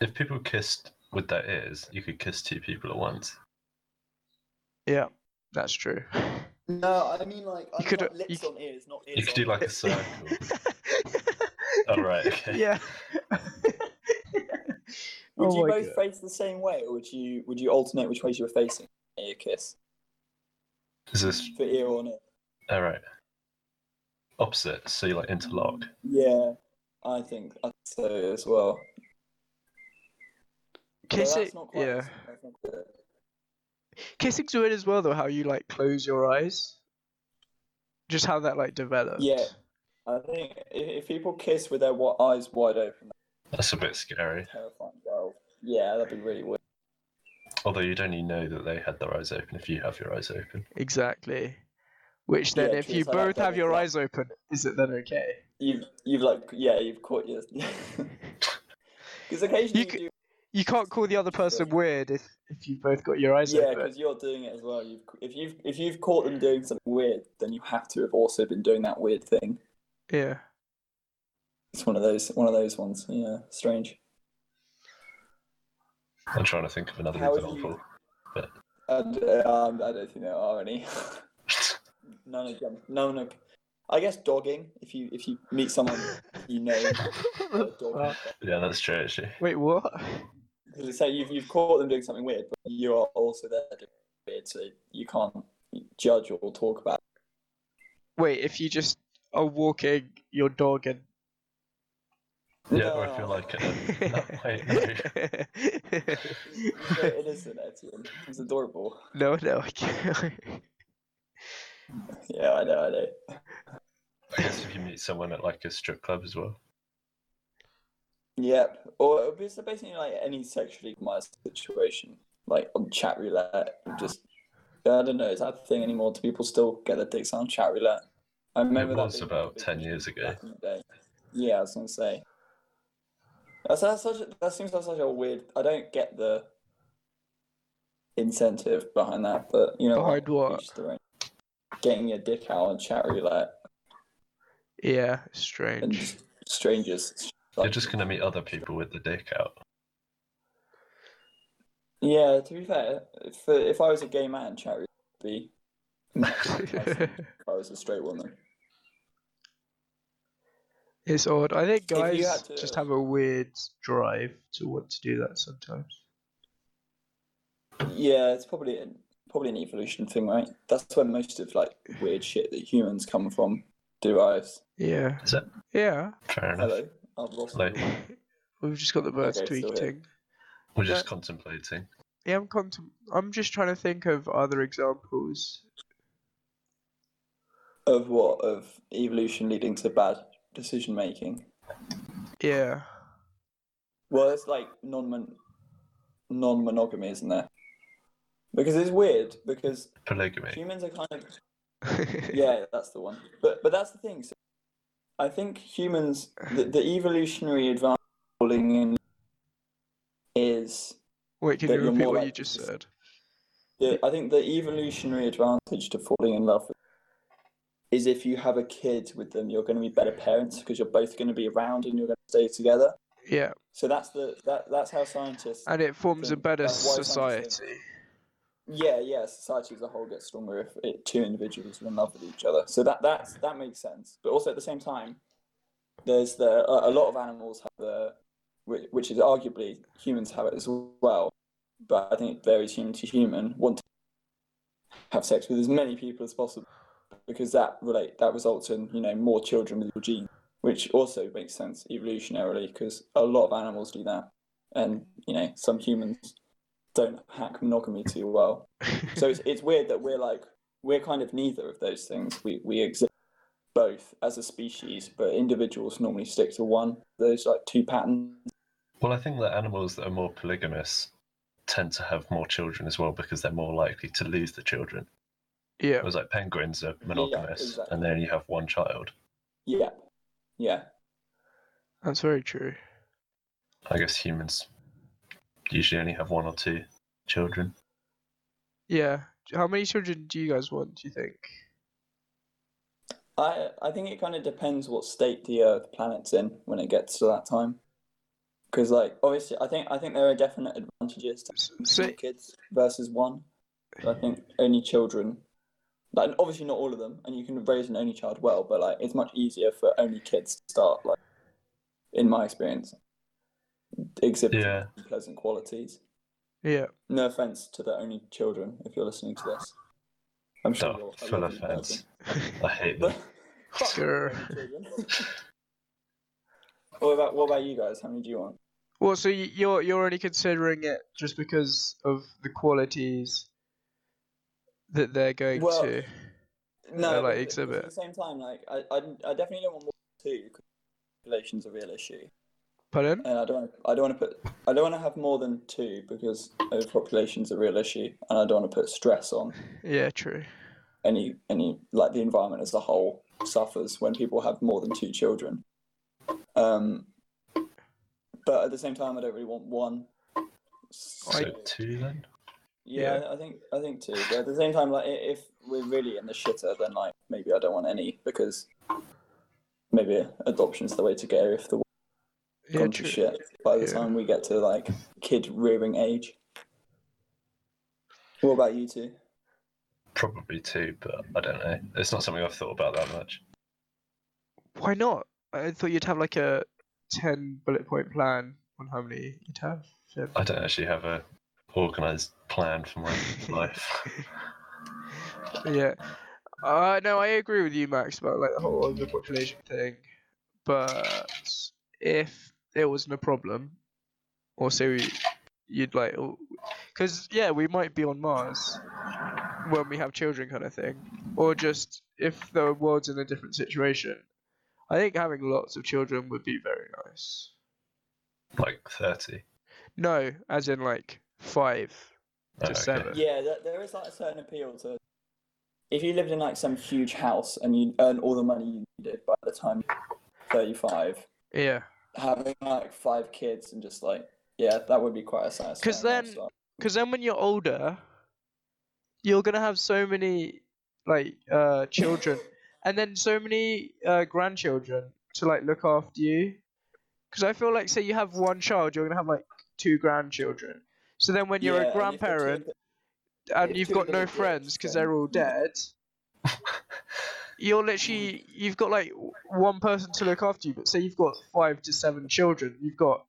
C: If people kissed with their ears, you could kiss two people at once.
A: Yeah, that's
C: *laughs*
A: true.
B: no, I mean like I
A: You could-
B: mean, like,
A: you
B: lips
A: c-
B: on ears, not ears.
C: You could
B: on
C: do like a
B: lips.
C: circle.
A: *laughs*
C: All right. Okay.
A: yeah.
B: Would
A: Oh
B: you
A: my
B: both face the same way, or would you would you alternate which ways you were facing? Ear kiss
C: Is this
B: for ear on ear.
C: all right? Opposite, so you like interlock.
B: Yeah, I think I think so as well. But
A: Kissing,
B: that's not quite the
A: yeah.
B: same, that's not quite it.
A: Kissing's weird as well, though. How you like close your eyes, just how that like developed.
B: Yeah, I think if, if people kiss with their wi- eyes wide open,
C: That's a bit scary.
B: that's terrifying. Well, yeah, that'd be really weird.
C: Although you'd only know that they had their eyes open if you have your eyes open.
A: Exactly. Which then,
B: Yeah,
A: if
B: true,
A: you
B: so that
A: both have
B: doesn't
A: your
B: work.
A: eyes open, is it then okay?
B: You've you've like yeah, you've caught your. *laughs* Because occasionally
A: You
B: you,
A: c-
B: do,
A: You can't call the other person weird if, if you both got your eyes
B: yeah,
A: open.
B: because you're doing it as well. You've if you've if you've caught them doing something weird, then you have to have also been doing that weird thing.
A: Yeah.
B: It's one of those one of those ones. Yeah, strange.
C: I'm trying to think of another
B: How would you-
C: example.
B: And, uh, um, I don't think there are any. *laughs* none of them. None of. I guess dogging. If you if you meet someone you know, they're dogging.
C: *laughs* Yeah, that's true actually.
A: Wait, what?
B: Because it's like you've you've caught them doing something weird, but you are also there doing weird, so you can't judge or talk about. it.
A: Wait, if you just are walking your dog and.
C: Yeah, or if you're
B: No.
C: like, uh, no, wait, no.
B: It's very innocent, Etienne. It's adorable.
A: no, no, I can't.
B: Yeah, I know, I know.
C: I guess if you meet someone at like a strip club as well.
B: Yep. Or it's basically like any sexually compromised situation, like on chat roulette. Just I don't know. Is that a thing anymore? Do people still get their dicks on chat roulette? I remember
C: it
B: that
C: was
B: being
C: about
B: a big
C: 10
B: issue
C: years ago.
B: back in the day. Yeah, I was gonna say. That's, that's such. A, that seems like such a weird. I don't get the incentive behind that, but you know.
A: Behind what?
B: each their own. Getting your dick out on chat roulette
A: yeah,
B: and
A: strange.
B: just strangers.
C: You're just going to meet other people with the dick out.
B: Yeah, to be fair, if if I was a gay man, chat would
C: *laughs*
B: be.
A: *laughs*
B: if I was a straight woman,
A: It's odd. I think
B: If you
A: guys
B: had to-
A: just have a weird drive to want to do that sometimes.
B: yeah, it's probably an, probably an evolution thing, right? That's where most of like weird shit that humans come from derives.
A: Yeah.
C: Is it?
A: Yeah. *laughs*
C: Fair enough.
B: Hello, I've lost.
C: Hello.
B: you.
A: We've just got the birds
B: Okay, still here.
A: tweeting.
C: We're just
A: Yeah.
B: Uh,
C: contemplating.
A: Yeah, I'm contem- I'm just trying to think of other examples.
B: Of what? Of evolution leading to bad decision making.
A: Yeah. *laughs*
B: Well, it's like non non monogamy, isn't there? Because it's weird because
C: Polygamy.
B: humans are kind
A: *laughs*
B: of yeah, that's the one. But but that's the thing. So I think humans, the, the evolutionary advantage falling in is.
A: Wait, can
B: That
A: you
B: you're
A: repeat
B: more
A: what you
B: likely
A: just
B: to-
A: said?
B: The, I think the evolutionary advantage to falling in love is if you have a kid with them, you're going to be better parents because you're both going to be around and you're going to stay together.
A: Yeah,
B: So that's the that that's how scientists.
A: and it forms a
B: think
A: better
B: that's why scientists think-
A: society.
B: Yeah, yeah. Society as a whole gets stronger if it, two individuals are in love with each other. So that that's that makes sense. But also at the same time, there's the a, a lot of animals have the which, which is arguably humans have it as well, but I think it varies human to human. Want to have sex with as many people as possible because that relate that results in you know more children with your gene, which also makes sense evolutionarily because a lot of animals do that, and you know some humans don't hack monogamy too well.
A: *laughs*
B: So it's, it's weird that we're like we're kind of neither of those things. We we exist both as a species, but individuals normally stick to one. Those like two patterns.
C: Well, I think that animals that are more polygamous tend to have more children as well because they're more likely to lose the children.
A: Yeah.
C: It was like penguins are monogamous
B: exactly.
C: and they only have one child.
B: Yeah. Yeah.
A: That's very true.
C: I guess humans usually only have one or two children.
A: Yeah. How many children do you guys want, do you think?
B: I I think it kind of depends what state the Earth planet's in when it gets to that time. Because like obviously, I think I think there are definite advantages to
A: S-
B: two
A: So,
B: kids versus one. But I think only children, like obviously not all of them, and you can raise an only child well, but like it's much easier for only kids to start. Like in my experience, exhibiting
C: Yeah.
B: pleasant qualities.
A: yeah.
B: No offense to the only children if you're listening to this. I'm sure.
C: No,
B: you're a
C: Oh, full
B: lovely
C: offense.
B: person.
C: I
B: *laughs*
C: hate them.
B: But- but-
A: *laughs* Sure.
B: *laughs* what about what about you guys? How many do you want?
A: Well, so y- you're you're only considering it just because of the qualities that they're going
B: Well,
A: to.
B: No,
A: like,
B: but- but
A: exhibit.
B: At the same time, like I, I, I definitely don't want more than two. 'cause Population's a real issue,
A: Pardon?
B: and I don't, I don't want to put, I don't want to have more than two because overpopulation's a real issue, and I don't want to put stress on
A: Yeah, true.
B: any, any like the environment as a whole suffers when people have more than two children. Um, but at the same time, I don't really want one.
C: So
A: I-
C: two then?
B: Yeah, I think I think too. But at the same time, like i- if we're really in the shitter, then like maybe I don't want any because maybe adoption's the way to go if the world's
A: Yeah,
B: gone to
A: true.
B: shit by the
A: Yeah.
B: time we get to like kid rearing age. What about you two?
C: Probably two, but I don't know. It's not something I've thought about that much.
A: Why not? I thought you'd have like a ten bullet point plan on how many you'd have. Shit.
C: I don't actually have a organised plan
A: *laughs*
C: for my life.
A: Yeah. Uh, no, I agree with you, Max, about like the whole overpopulation thing. But if it wasn't a problem, also you'd like, because yeah, we might be on Mars when we have children, kind of thing, or just if the world's in a different situation. I think having lots of children would be very nice.
C: Like thirty.
A: No, as in like five
C: Oh,
A: to
C: okay.
A: seven.
B: Yeah, there, there is like a certain appeal to if you lived in like some huge house and you earn all the money you needed by the time you're thirty-five,
A: Yeah.
B: having like five kids and just like yeah, that would be quite a satisfying.
A: then-
B: lifestyle.
A: because then when you're older, you're gonna have so many like uh,
B: *laughs*
A: children, and then so many uh, grandchildren to like look after you. Because I feel like, say you have one child, you're gonna have like two grandchildren. So then when you're a
B: Yeah, and if the two
A: grandparent
B: of
A: and
B: if
A: you've
B: two
A: got
B: of them
A: no
B: are dead,
A: friends because
B: then-
A: they're all dead, you're literally you've got like w- one person to look after you. But say you've got five to seven children, you've got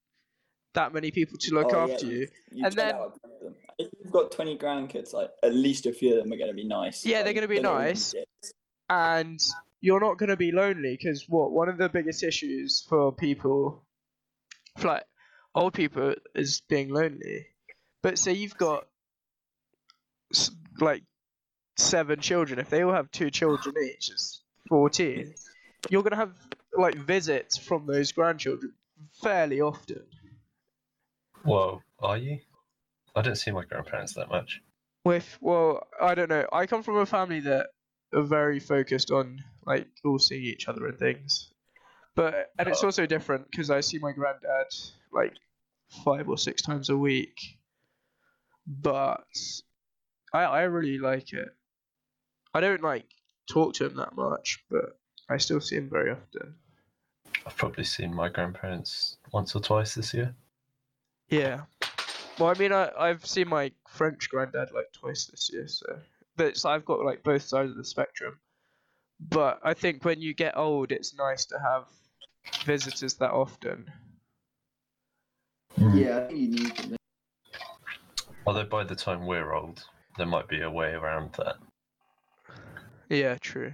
A: that many people to look
B: Oh, yeah,
A: after you.
B: you
A: And
B: turn
A: then-
B: out a few of them. if you've got 20 grandkids, like at least a few of them are going to be nice.
A: Yeah, they're
B: Like,
A: gonna be
B: not all
A: nice.
B: dicks.
A: and you're not going to be lonely because what one of the biggest issues for people for like old people is being lonely but say you've got s- like seven children if they all have two children each it's 14 you're going to have like visits from those grandchildren fairly often
C: Well, are you? I don't see my grandparents that much.
A: with well i don't know i come from a family that are very focused on like all seeing each other and things but and it's
C: Oh.
A: also different because i see my granddad like five or six times a week but i i really like it i don't like talk to him that much but i still see him very often
C: I've probably seen my grandparents once or twice this year.
A: yeah well i mean i i've seen my french granddad like twice this year so but it's, I've got like both sides of the spectrum. But I think when you get old, it's nice to have visitors that often.
B: Yeah, I think you need them.
C: Although by the time we're old, there might be a way around that.
A: Yeah, true.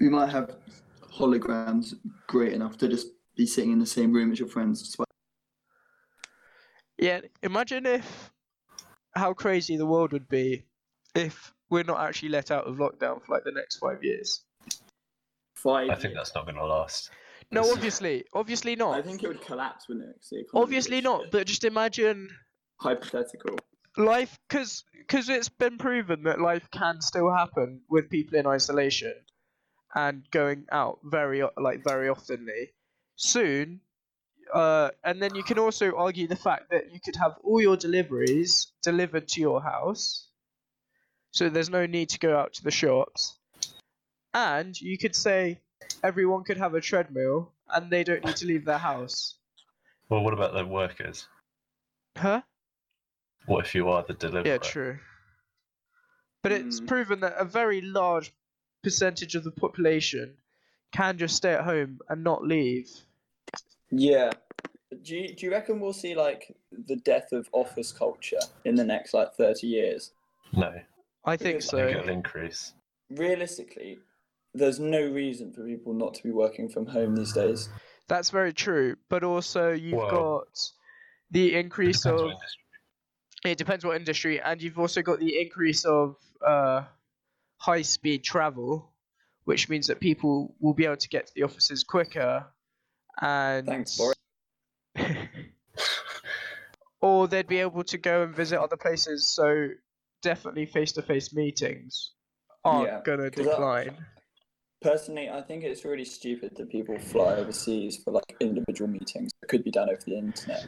B: You might have holograms great enough to just be sitting in the same room as your friends.
A: Yeah, imagine if how crazy the world would be if we're not actually let out of lockdown for like the next five years.
B: Five.
C: I think that's not going to last.
A: No,
C: It's-
A: obviously, obviously
B: I
A: not.
B: think it would collapse, wouldn't it? 'Cause the economy
A: Obviously
B: would-
A: not. But just imagine
B: Hypothetical.
A: life, because because it's been proven that life can still happen with people in isolation and going out very o- like very oftenly. Soon, uh, and then you can also argue the fact that you could have all your deliveries delivered to your house, so there's no need to go out to the shops. And you could say everyone could have a treadmill and they don't need to leave their house.
C: Well, what about the workers?
A: Huh?
C: What if you are the deliverer?
A: Yeah, true. But it's
C: Hmm.
B: Mm.
A: proven that a very large percentage of the population can just stay at home and not leave.
B: Yeah. Do you, do you reckon we'll see like the death of office culture in the next like 30 years?
C: No, I
A: I think
B: Because-
C: think
A: so.
C: it'll increase.
B: Realistically, there's no reason for people not to be working from home these days.
A: That's very true. But also, you've
C: Well-
A: got the
C: Depends
A: increase
C: what
A: of.
C: industry.
A: It depends what industry, and you've also got the increase of uh, high speed travel, which means that people will be able to get to the offices quicker. And
B: Thanks, Boris.
A: *laughs* or they'd be able to go and visit other places. So definitely face-to-face meetings aren't
B: Yeah,
A: gonna
B: 'cause that-
A: decline.
B: Personally, I think it's really stupid that people fly overseas for like individual meetings that could be done over the internet.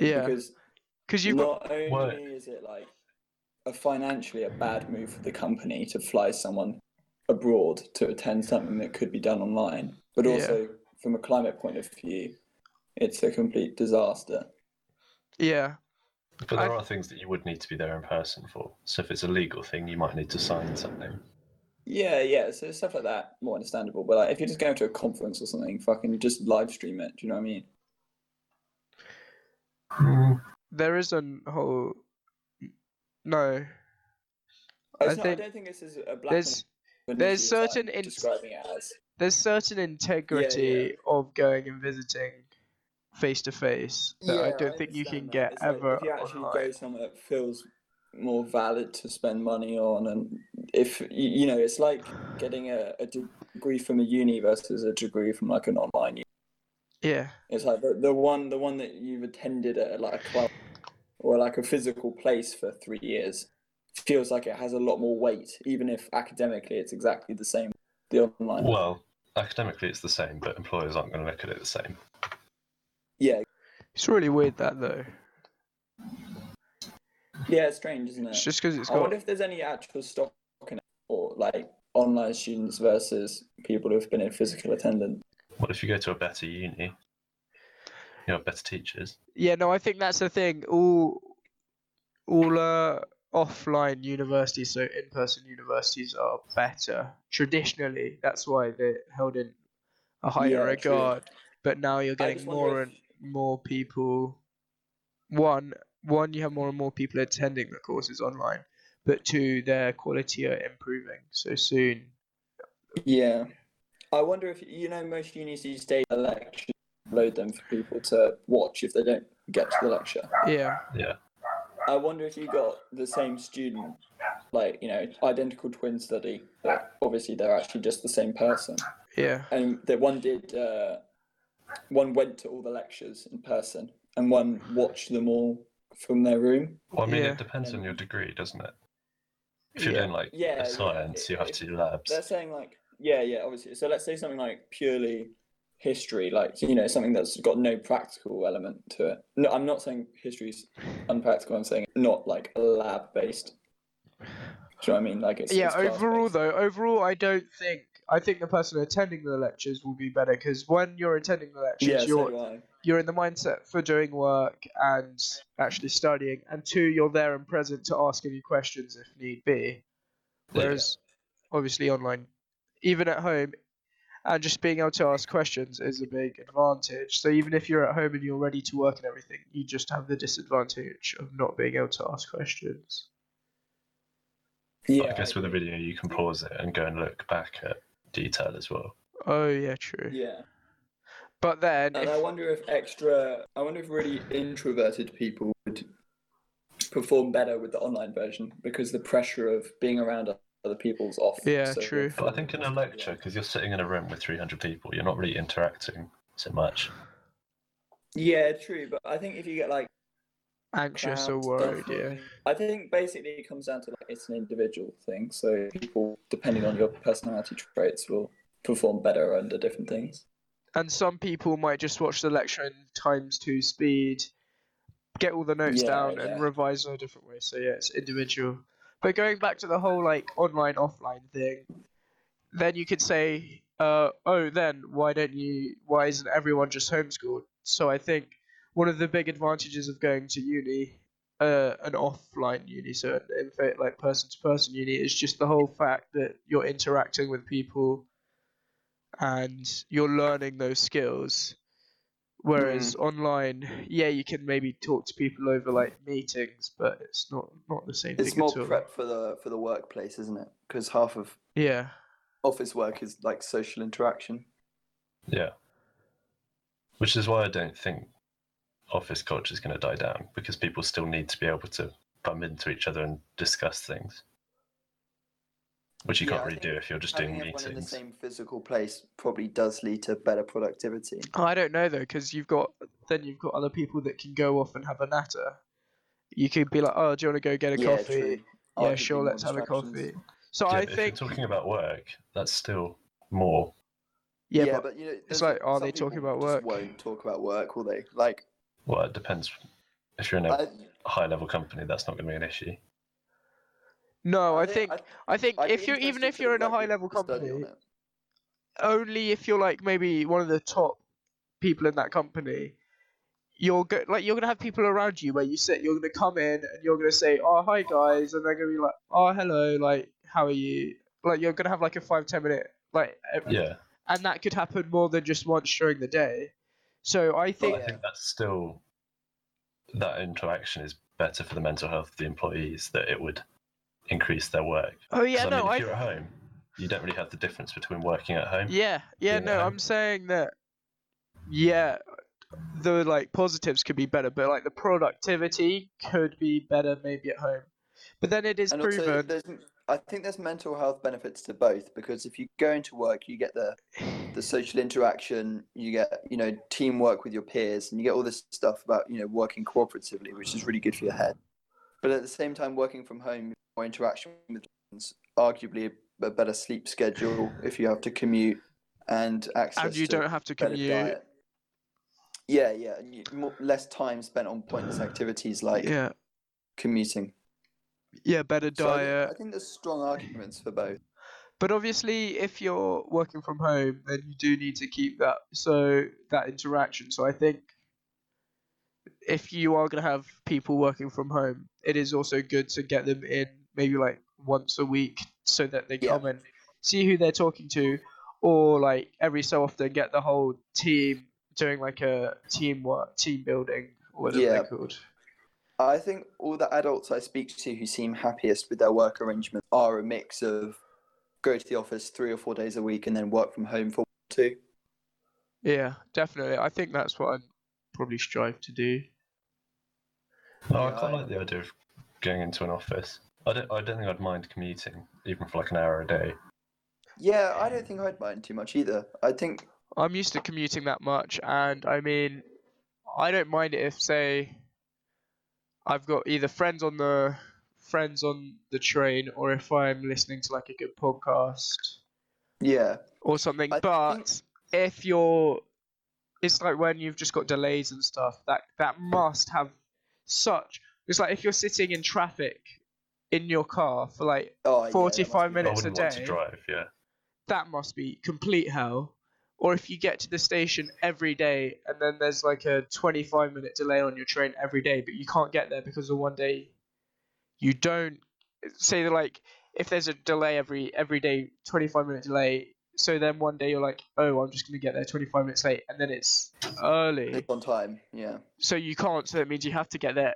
A: yeah,
B: Because
A: because you've got
B: not only
C: Well-
B: is it like a financially a bad move for the company to fly someone abroad to attend something that could be done online, but
A: Yeah.
B: also from a climate point of view, it's a complete disaster.
A: yeah,
C: But there
A: I-
C: are things that you would need to be there in person for. So if it's a legal thing, you might need to sign something.
B: Yeah, yeah. So stuff like that more understandable. But like, if you're just going to a conference or something, fucking just live stream it. Do you know what I mean? Hmm.
A: there is a whole no. I
B: It's not-
A: think
B: I don't think this is a black.
A: There's
B: and white
A: there's
B: issue, it's, like,
A: certain in-
B: describing it as.
A: there's certain integrity of going and visiting face to face that I don't think you can
B: understand that.
A: get
B: It's like,
A: ever
B: if you actually
A: online.
B: go somewhere that feels more valid to spend money on, and if you, you know, it's like getting a, a degree from a uni versus a degree from like an online. Uni.
A: Yeah,
B: It's like the, the one, the one that you've attended at like a club or like a physical place for three years feels like it has a lot more weight, even if academically it's exactly the same. The online,
C: Well, academically it's the same, but employers aren't going to look at it the same.
B: yeah,
A: it's really weird that though.
B: yeah, it's strange, isn't it?
A: It's just because it's
B: I
A: got
B: wonder if there's any actual stock in it, or like online students versus people who've been in physical attendance.
C: What if you go to a better uni? You have better teachers.
A: Yeah, no, I think that's the thing. All all uh, offline universities, so in-person universities, are better traditionally. That's why they're held in a higher
B: Yeah, true.
A: regard. But now you're getting
B: just wonder
A: more
B: if-
A: and more people. One, one, you have more and more people attending the courses online, but two, their quality are improving. So soon,
B: Yeah, I wonder if you know most unis these days have lectures load them for people to watch if they don't get to the lecture.
A: yeah,
C: Yeah.
B: I wonder if you got the same student, like you know, identical twin study. But obviously, they're actually just the same person,
A: yeah,
B: and that one did. Uh, one went to all the lectures in person, and one watched them all from their room.
C: Well, I mean,
A: Yeah.
C: it depends on your degree, doesn't it? If you're
A: Yeah.
C: doing like
B: Yeah, yeah.
C: a science, you have to do labs.
B: They're saying like, yeah, yeah, obviously. So let's say something like purely history, like you know, something that's got no practical element to it. No, I'm not saying history's unpractical. I'm saying not like lab based. Do you know what I mean? Like it's
A: yeah.
B: it's
A: Overall,
B: class-based.
A: though, overall, I don't think. I think the person attending the lectures will be better because when you're attending the lectures,
B: Yeah,
A: you're
B: so do I.
A: you're in the mindset for doing work and actually studying, and two, you're there and present to ask any questions if need be.
C: Yeah.
A: Whereas, obviously, online, even at home, and just being able to ask questions is a big advantage. So, even if you're at home and you're ready to work and everything, you just have the disadvantage of not being able to ask questions.
B: Yeah,
C: But I guess with a video, you can pause it and go and look back at detail as well.
A: Oh, yeah, true.
B: Yeah,
A: But then,
B: and
A: if-
B: I wonder if extra. I wonder if really introverted people would perform better with the online version because the pressure of being around other people's off.
A: Yeah, true.
C: But I think in a lecture, because you're sitting in a room with 300 people, you're not really interacting so much.
D: Yeah, true. But I think if you get like,
A: Anxious or
D: Crowd
A: worried,
D: stuff.
A: yeah.
D: I think basically it comes down to like it's an individual thing. So people, depending on your personality traits, will perform better under different things.
A: And some people might just watch the lecture in times two speed, get all the notes
D: Yeah,
A: down,
D: yeah.
A: and revise in a different way. So yeah, it's individual. But going back to the whole like online offline thing, then you could say, uh, oh, then why don't you? Why isn't everyone just homeschooled? So I think one of the big advantages of going to uni, uh, an offline uni, so in fact like person to person uni, is just the whole fact that you're interacting with people and you're learning those skills. Whereas
D: Mm.
A: online, yeah, you can maybe talk to people over like meetings, but it's not not the same
D: It's
A: thing
D: more
A: at all.
D: prep for the for the workplace, isn't it? Because half of
A: Yeah,
D: office work is like social interaction.
C: Yeah. Which is why I don't think office culture is going to die down, because people still need to be able to bump into each other and discuss things. Which you
D: Yeah,
C: can't
D: I
C: really
D: think
C: do if you're just
D: Having
C: doing
D: everyone in the
C: meetings.
D: same physical place probably does lead to better productivity.
A: Oh, I don't know though, because you've got then you've got other people that can go off and have a natter. You could be like, oh, do you want to go get a coffee? Yeah,
D: Arguably
A: sure,
D: more
A: let's have a
D: distractions.
A: coffee. So
C: Yeah,
A: I
C: but
A: think,
C: if you're talking about work, that's still more.
A: yeah, but,
D: you know,
A: it's
D: there's-
A: like, are
D: some
A: they talking
D: people
A: about work?
D: just Won't talk about work, will they? Like,
C: Well, it depends. If you're in a
D: I,
C: high level company, that's not going to be an issue.
A: no, Oh, I
D: thi-
A: think I think
D: I'd
A: if
D: be
A: you're even
D: interested
A: if
D: to,
A: you're in a
D: like,
A: high level
D: study on
A: company,
D: it.
A: only if you're like maybe one of the top people in that company, you're go- like you're gonna have people around you where you sit. You're gonna come in and you're gonna say, "Oh, hi guys," and they're gonna be like, "Oh, hello, like how are you?" Like you're gonna have like a five ten minute like e-
C: Yeah.
A: and that could happen more than just once during the day. So I
C: But
A: think
C: I think that's still that interaction is better for the mental health of the employees that it would increase their work.
A: Oh yeah,
C: 'Cause, I
A: no,
C: mean, if
A: I
C: you're at home, you don't really have the difference between working at home.
A: yeah, yeah,
C: Yeah.
A: no, I'm saying that yeah, the like positives could be better, but like the productivity could be better maybe at home. But then it is
D: And also,
A: *sighs* proven.
D: there's, I think there's mental health benefits to both because if you go into work, you get the the social interaction, you get you know teamwork with your peers, and you get all this stuff about you know working cooperatively, which is really good for your head. But at the same time, working from home, more interaction with friends, arguably a, a better sleep schedule if you have to commute and access
A: and you
D: to
A: don't have to
D: better
A: commute.
D: diet. Yeah, yeah, and you, more, less time spent on pointless activities like
A: Yeah,
D: commuting.
A: yeah, better
D: So I think-
A: diet.
D: I think there's strong arguments for both.
A: But obviously, if you're working from home, then you do need to keep that so that interaction. So I think if you are going to have people working from home, it is also good to get them in maybe like once a week so that they
D: Yeah.
A: come and see who they're talking to, or like every so often get the whole team doing like a teamwork, team building, or whatever they're
D: Yeah.
A: called.
D: I think all the adults I speak to who seem happiest with their work arrangements are a mix of go to the office three or four days a week and then work from home for two.
A: Yeah, definitely. I think that's what I probably strive to do.
C: No, Oh, I
D: Yeah,
C: quite
D: I-
C: like the idea of going into an office. I don't. I don't think I'd mind commuting, even for like an hour a day.
D: Yeah, I don't think I'd mind too much either. I think
A: I'm used to commuting that much, and I mean, I don't mind it if, say, I've got either friends on the friends on the train, or if I'm listening to like a good podcast
D: yeah,
A: or something.
D: I think-
A: but if you're, it's like when you've just got delays and stuff. That that must have such. It's like if you're sitting in traffic in your car for like
D: oh, yeah, that
A: 45
D: must be-
C: I
A: minutes a
C: wouldn't want to
A: day
C: drive. Yeah.
A: that must be complete hell. Or if you get to the station every day and then there's like a 25 minute delay on your train every day, but you can't get there because of one day you don't say that like if there's a delay every every day 25 minute delay so then one day you're like oh i'm just going to get there 25 minutes late and then it's early
D: It's on time. Yeah,
A: so you can't so that means you have to get there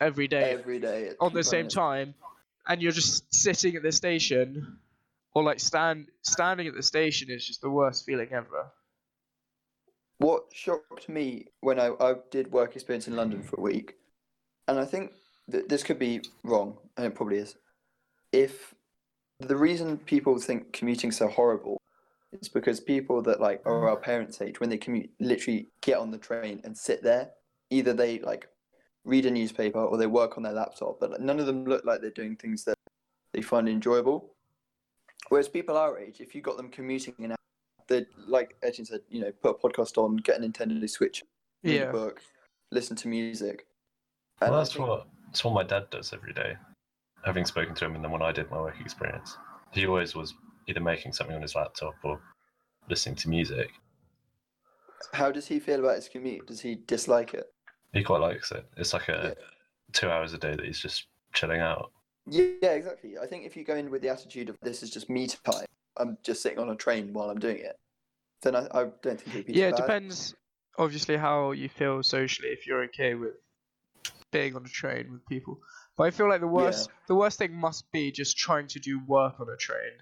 A: every day
D: every day at
A: on the
D: 25
A: same
D: minutes.
A: time and you're just sitting at the station or like stand standing at the station is just the worst feeling ever
D: What shocked me when I, I did work experience in London for a week, and I think that this could be wrong, and it probably is. If the reason people think commuting's so horrible is because people that like are our parents' age, when they commute, literally get on the train and sit there. Either they like read a newspaper or they work on their laptop, but like, none of them look like they're doing things that they find enjoyable. Whereas people our age, if you got them commuting and they like Edgin said, you know, put a podcast on, get a Nintendo Switch, read a
A: Yeah.
D: book, listen to music. And
C: Well,
D: I
C: that's
D: think-
C: what that's what my dad does every day. Having spoken to him, and then when I did my work experience, he always was either making something on his laptop or listening to music.
D: How does he feel about his commute? Does he dislike it?
C: He quite likes it. It's like a two hours a day that he's just chilling out.
D: Yeah, yeah, exactly. I think if you go in with the attitude of this is just me time, I'm just sitting on a train while I'm doing it, then I, I don't think it'd be too
A: yeah, it
D: bad.
A: depends obviously how you feel socially if you're okay with being on a train with people. But I feel like the worst the worst thing must be just trying to do work on a train.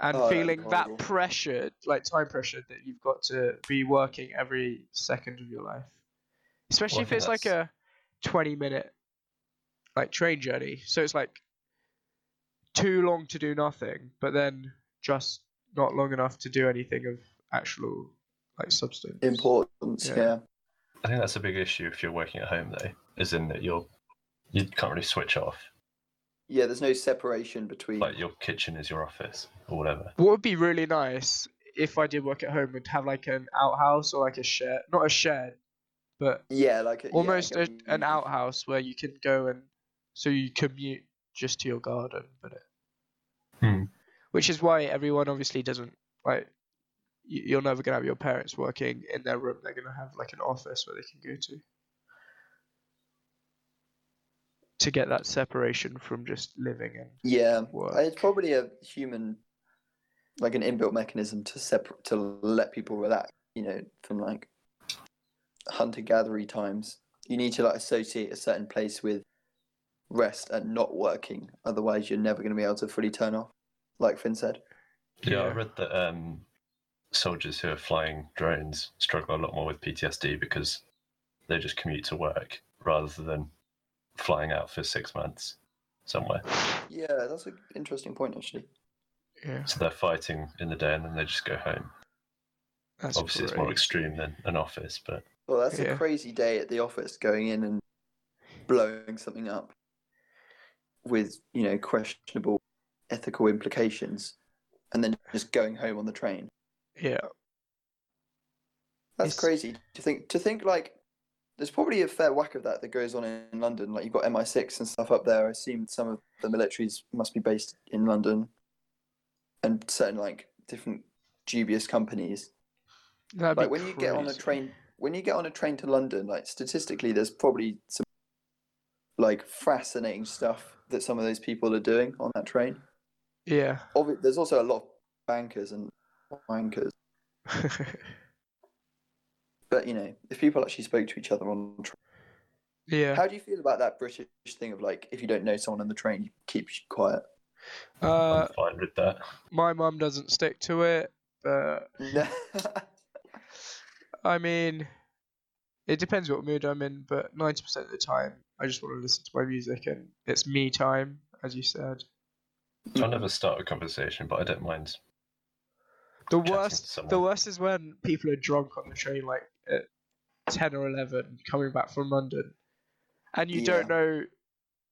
A: And
D: Oh, that'd be
A: feeling that
D: horrible.
A: pressure, like time pressure that you've got to be working every second of your life. Especially
C: I
A: if
C: think
A: it's like a 20 minute like train journey. So it's like too long to do nothing, but then just not long enough to do anything of actual like substance.
D: Importance,
A: Yeah.
D: yeah.
C: I think that's a big issue if you're working at home though, is in that you're you can't really switch off.
D: Yeah, there's no separation between.
C: Like your kitchen is your office or whatever.
A: What would be really nice if I did work at home would have like an outhouse or like a shed, not a shed, but
D: yeah, like a, yeah,
A: almost
D: I
A: a,
D: get what you
A: an
D: mean.
A: outhouse where you can go and so you commute just to your garden, but it,
C: Hmm.
A: which is why everyone obviously doesn't like. you- You're never gonna have your parents working in their room. They're gonna have like an office where they can go to to get that separation from just living and
D: Yeah,
A: work.
D: it's probably a human, like an inbuilt mechanism to separate to let people relax. You know, from like hunter gatherer times, you need to like associate a certain place with rest and not working. Otherwise, you're never going to be able to fully turn off. Like Finn said,
C: Yeah, I
A: Yeah.
C: read that um, soldiers who are flying drones struggle a lot more with PTSD because they just commute to work rather than flying out for six months somewhere.
D: yeah, that's an interesting point actually.
A: yeah,
C: So they're fighting in the day and then they just go home.
A: that's
C: Obviously, it's
A: great.
C: more extreme than an office, but
D: Well, that's
A: Yeah.
D: a crazy day at the office, going in and blowing something up with you know questionable ethical implications, and then just going home on the train.
A: Yeah,
D: That's
A: It's-
D: crazy to think. To think like there's probably a fair whack of that that goes on in London. Like you've got MI6 and stuff up there. I assume some of the militaries must be based in London, and certain like different dubious companies.
A: that'd
D: like
A: be
D: when you get on a
A: crazy.
D: train, when you get on a train to London, like statistically, there's probably some like fascinating stuff that some of those people are doing on that train.
A: Yeah. *laughs*
D: Obvi- there's also a lot of bankers and wankers. But you know, if people actually spoke to each other on the train,
A: yeah.
D: how do you feel about that British thing of like, if you don't know someone on the train, you keep sh- quiet?
A: Uh,
C: I'm fine with that.
A: my mum doesn't stick to it, but
D: No.
A: I mean, it depends what mood I'm in. But ninety percent of the time, I just want to listen to my music, and it's me time, as you said.
C: I'll never start a conversation, but I don't mind.
A: The
C: Chatting to
A: worst, the
C: someone.
A: worst is when people are drunk on the train, like at ten or eleven, coming back from London, and you don't know,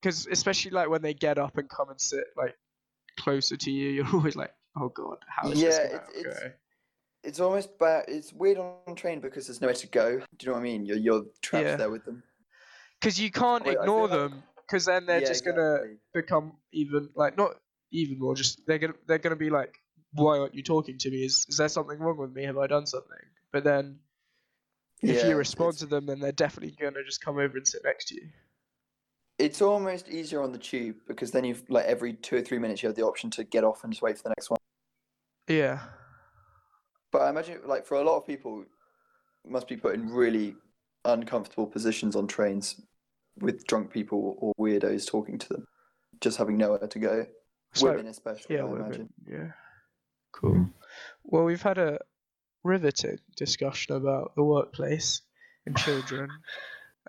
A: because especially like when they get up and come and sit like closer to you, *laughs* you're always like, oh god, how is this
D: Yeah,
A: gonna
D: it's- it's-
A: go?
D: *laughs* it's almost bad. It's weird on a train because there's nowhere to go. Do you know what I mean? You're you're trapped
A: Yeah.
D: there with them.
A: because you can't
D: Wait, I
A: ignore
D: feel like-
A: them because then they're
D: Yeah,
A: just gonna
D: exactly.
A: become even like not even more just they're gonna they're gonna be like why aren't you talking to me is, is there something wrong with me have i done something but then if
D: Yeah,
A: you
D: it's-
A: respond
D: it's-
A: to them then they're definitely gonna just come over and sit next to you
D: It's almost easier on the tube because then you've like every two or three minutes you have the option to get off and just wait for the next one.
A: yeah
D: But I imagine like for a lot of people, must be put in really uncomfortable positions on trains with drunk people or weirdos talking to them, just having nowhere to go.
A: So-
D: women especially,
A: yeah
D: I
A: women,
D: imagine.
A: yeah cool well we've had a riveting discussion about the workplace and children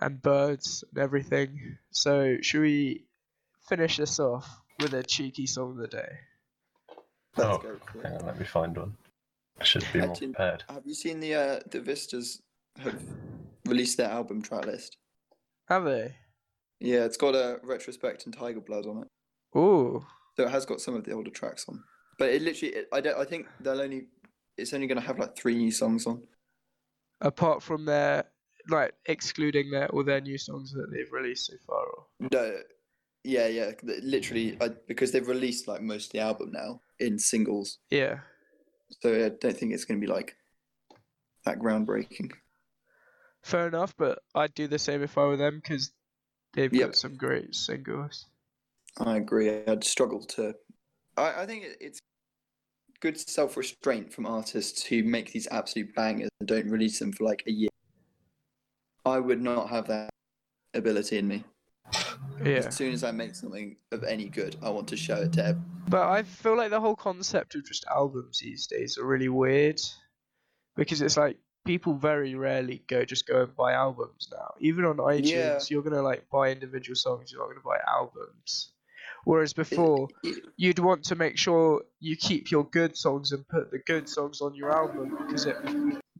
A: and birds and everything so should we finish this off with a cheeky song of the day.
D: Let's
C: Oh,
D: go for it.
C: Hang on, let me find one. I should be more
D: Actually-
C: prepared.
D: Have you seen the uh, the Vistas have released their album track list?
A: Have they?
D: Yeah, it's got a retrospect and Tiger Blood on it,
A: Ooh.
D: so it has got some of the older tracks on. But it literally, it, I don't, I think they'll only, it's only going to have like three new songs on.
A: Apart from their like excluding their all their new songs that they've released so far. Or...
D: No, yeah, yeah, th- literally, I, because they've released like most of the album now in singles,
A: Yeah.
D: so I don't think it's going to be like that groundbreaking.
A: Fair enough, but I'd do the same if I were them because they've
D: Yep.
A: got some great singles.
D: I agree. I'd struggle to. I, I think it- it's good self restraint from artists who make these absolute bangers and don't release them for like a year. I would not have that ability in me.
A: Yeah.
D: As soon as I make something of any good, I want to show it to everyone.
A: But I feel like the whole concept of just albums these days are really weird because it's like people very rarely go just go and buy albums now. Even on iTunes,
D: Yeah.
A: you're gonna like buy individual songs. You're not gonna buy albums. Whereas before, you'd want to make sure you keep your good songs and put the good songs on your album because it,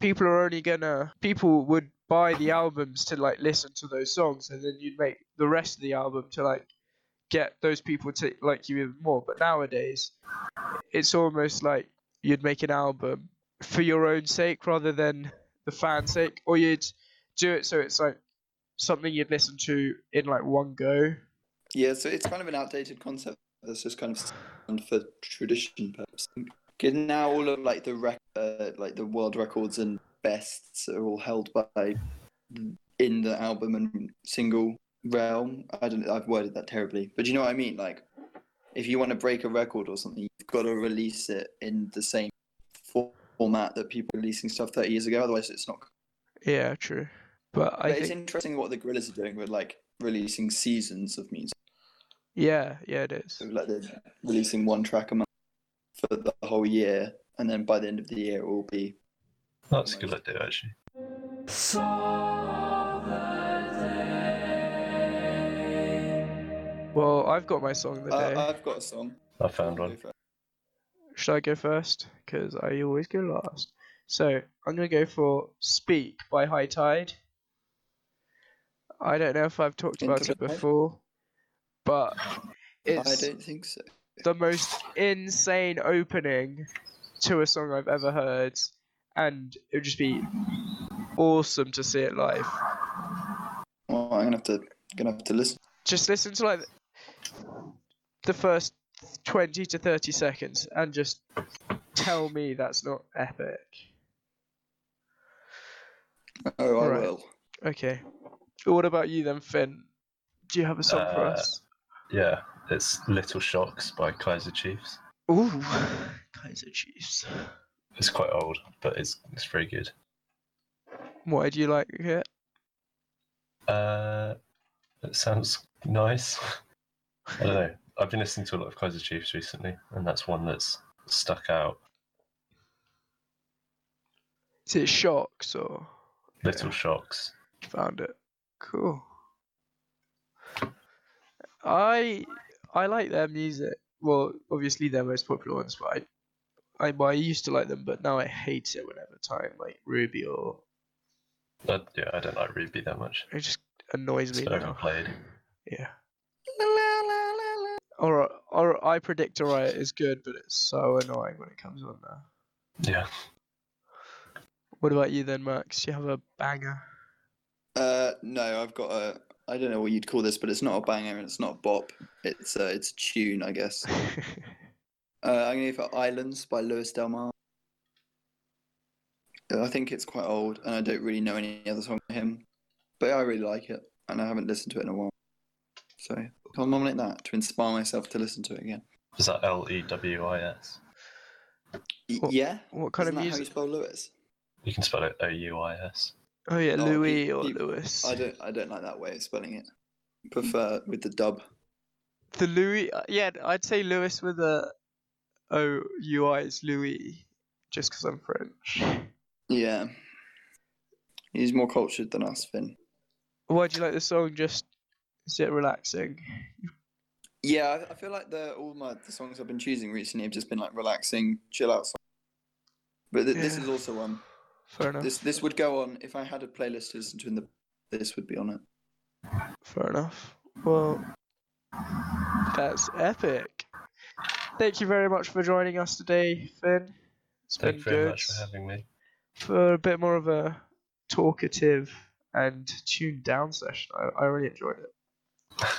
A: people are only gonna people would buy the albums to like listen to those songs and then you'd make the rest of the album to like get those people to like you even more but nowadays it's almost like you'd make an album for your own sake rather than the fan's sake or you'd do it so it's like something you'd listen to in like one go
D: Yeah, so it's kind of an outdated concept. That's just kind of done for tradition purposes. 'Cause now all of like the rec- uh, like the world records and bests are all held by in the album and single realm. I don't. I've worded that terribly, but you know what I mean. Like, if you want to break a record or something, you've got to release it in the same for- format that people were releasing stuff thirty years ago. Otherwise, it's not.
A: yeah true but i
D: But
A: think
D: it's interesting what the Gorillas are doing with like releasing seasons of music.
A: Yeah, yeah, it is.
D: So like they're releasing one track a month for the whole year, and then by the end of the year it will be.
C: That's a good idea, actually.
A: Well, I've got my song of the day.
D: Uh, I've got a song.
C: I found one.
A: Should I go first? Because I always go last. So I'm gonna go for "Speak" by High Tide. I don't know if I've talked
D: Think
A: about
D: of
A: it
D: it, mate.
A: before, but
D: I
A: it's
D: don't think so.
A: the most insane opening to a song I've ever heard, and it would just be awesome to see it live.
D: Well, I'm gonna have to gonna have to listen. *laughs*
A: just listen to like the first 20 to 30 seconds and just tell me that's not epic
D: Oh, I
A: Right.
D: will.
A: okay what about you then finn do you have a song for
C: Uh,
A: us
C: Yeah, it's Little Shocks by Kaiser Chiefs.
A: ooh *laughs* kaiser chiefs
C: It's quite old, but it's it's very good.
A: why do you like it
C: Uh, it sounds nice. I don't know. I've been listening to a lot of Kaiser Chiefs recently, and that's one that's stuck out.
A: is it shocks or
C: Little Shocks.
A: found it cool i i like their music well obviously their most popular ones but i i, I used to like them but now i hate it whenever time like ruby or
C: Uh, yeah, I don't like Ruby that much.
A: it just annoys
C: It's
A: me now.
C: overplayed.
A: yeah or or i predict a riot is good but it's so annoying when it comes on now
C: Yeah.
A: what about you then max Do you have a banger *laughs*
D: Uh, no, I've got a. I don't know what you'd call this, but it's not a banger and it's not a bop. It's a, it's a tune, I guess. Uh, I'm gonna go for Islands by Lewis Del Mar. Uh, I think it's quite old, and I don't really know any other song by him, but I really like it, and I haven't listened to it in a while. So I'll nominate that to inspire myself to listen to it again.
C: Is that L E W I S?
D: Y-
A: What
D: yeah,
A: what kind of
D: Isn't that how you
A: music
D: spell Lewis?
C: You can spell it O U I S.
A: oh yeah
D: No,
A: louis
D: peop-
A: or
D: peop-
A: lewis
D: I don't, I don't like that way of spelling it. prefer with the dub.
A: The Louis, uh, yeah, I'd say Lewis with a oh, O U I is Louis, just 'cause I'm French.
D: Yeah, he's more cultured than us, Finn.
A: Why do you like the song? Just is it relaxing?
D: Yeah, I, I feel like the all my the songs I've been choosing recently have just been like relaxing, chill out songs. But th- this
A: Yeah.
D: is also one.
A: Fair enough.
D: This this would go on if I had a playlist to listen to in the. This would be on it.
A: Fair enough. Well, that's epic. Thank you very much for joining us today, Finn. It's been
C: Thank you very
A: good
C: much for having me.
A: for a bit more of a talkative and tuned down session. I, I really enjoyed it.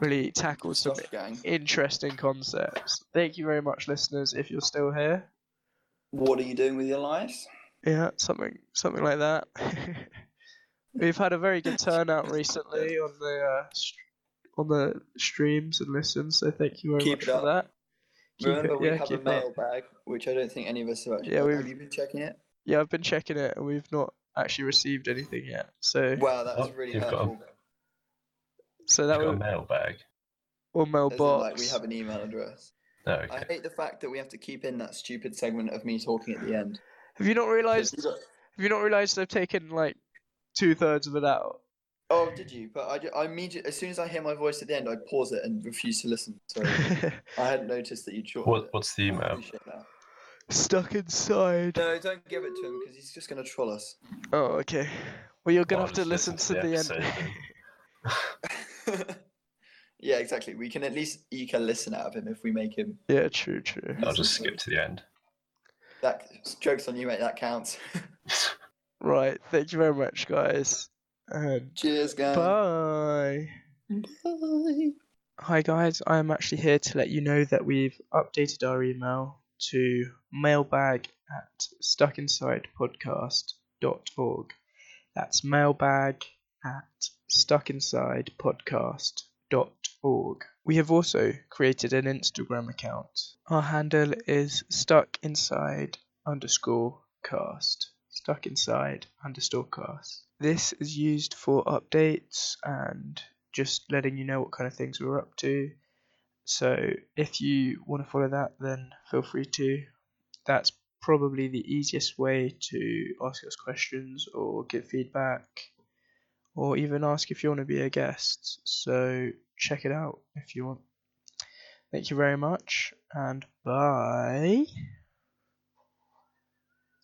A: Really tackled some
D: Stuff, gang.
A: interesting concepts. Thank you very much, listeners, if you're still here.
D: What are you doing with your lives?
A: Yeah, something something like that. *laughs* We've had a very good turnout recently on the uh, str on the streams and listens, so thank you very
D: Keep
A: much
D: it
A: for
D: up.
A: that. Keep
D: Remember,
A: it-
D: we
A: yeah,
D: have a
A: keep it up.
D: mailbag, which I don't think any of us have actually.
A: Yeah,
D: have
A: we've-
D: you been checking it?
A: Yeah, I've been checking it, and we've not actually received anything yet. So,
D: Wow, that was
C: Oh,
D: really
C: you've got 'em.
D: helpful.
A: so
C: I've
A: that
C: got a
A: was
C: mailbag.
A: or
D: As in, like, we
A: mailbox.
D: have an email address.
C: No,
D: I
C: okay.
D: hate the fact that we have to keep in that stupid segment of me talking at the end.
A: Have you not realised?
D: You got-
A: Have you not realised they've taken like two thirds of it out?
D: Oh, did you? But I, ju- I immediately, as soon as I hear my voice at the end, I pause it and refuse to listen. So I hadn't noticed that you shortened
C: What,
D: it.
C: what's the
D: I
C: email?
D: appreciate that.
A: *laughs* Stuck inside.
D: No, don't give it to him because he's just going to troll us. *laughs*
A: Oh, okay. Well, you're gonna
C: Well,
A: have to
C: just
A: listen, to the,
C: episode
A: end.
C: then.
D: yeah, exactly. We can at least eke a listen out of him if we make him.
A: yeah, true, true.
C: I'll just skip to the end. *laughs*
D: That joke's on you, mate. That counts. *laughs*
A: Right. Thank you very much, guys. And
D: Cheers, guys.
A: bye.
D: Bye.
A: Hi guys, I am actually here to let you know that we've updated our email to mailbag at stuckinsidepodcast.org. That's mailbag at stuckinsidepodcast.org. We have also created an Instagram account. Our handle is stuckinside underscore cast. Stuck inside underscore cast. This is used for updates and just letting you know what kind of things we're up to. So if you want to follow that, then feel free to. That's probably the easiest way to ask us questions or get feedback or even ask if you want to be a guest. So check it out if you want. Thank you very much and bye.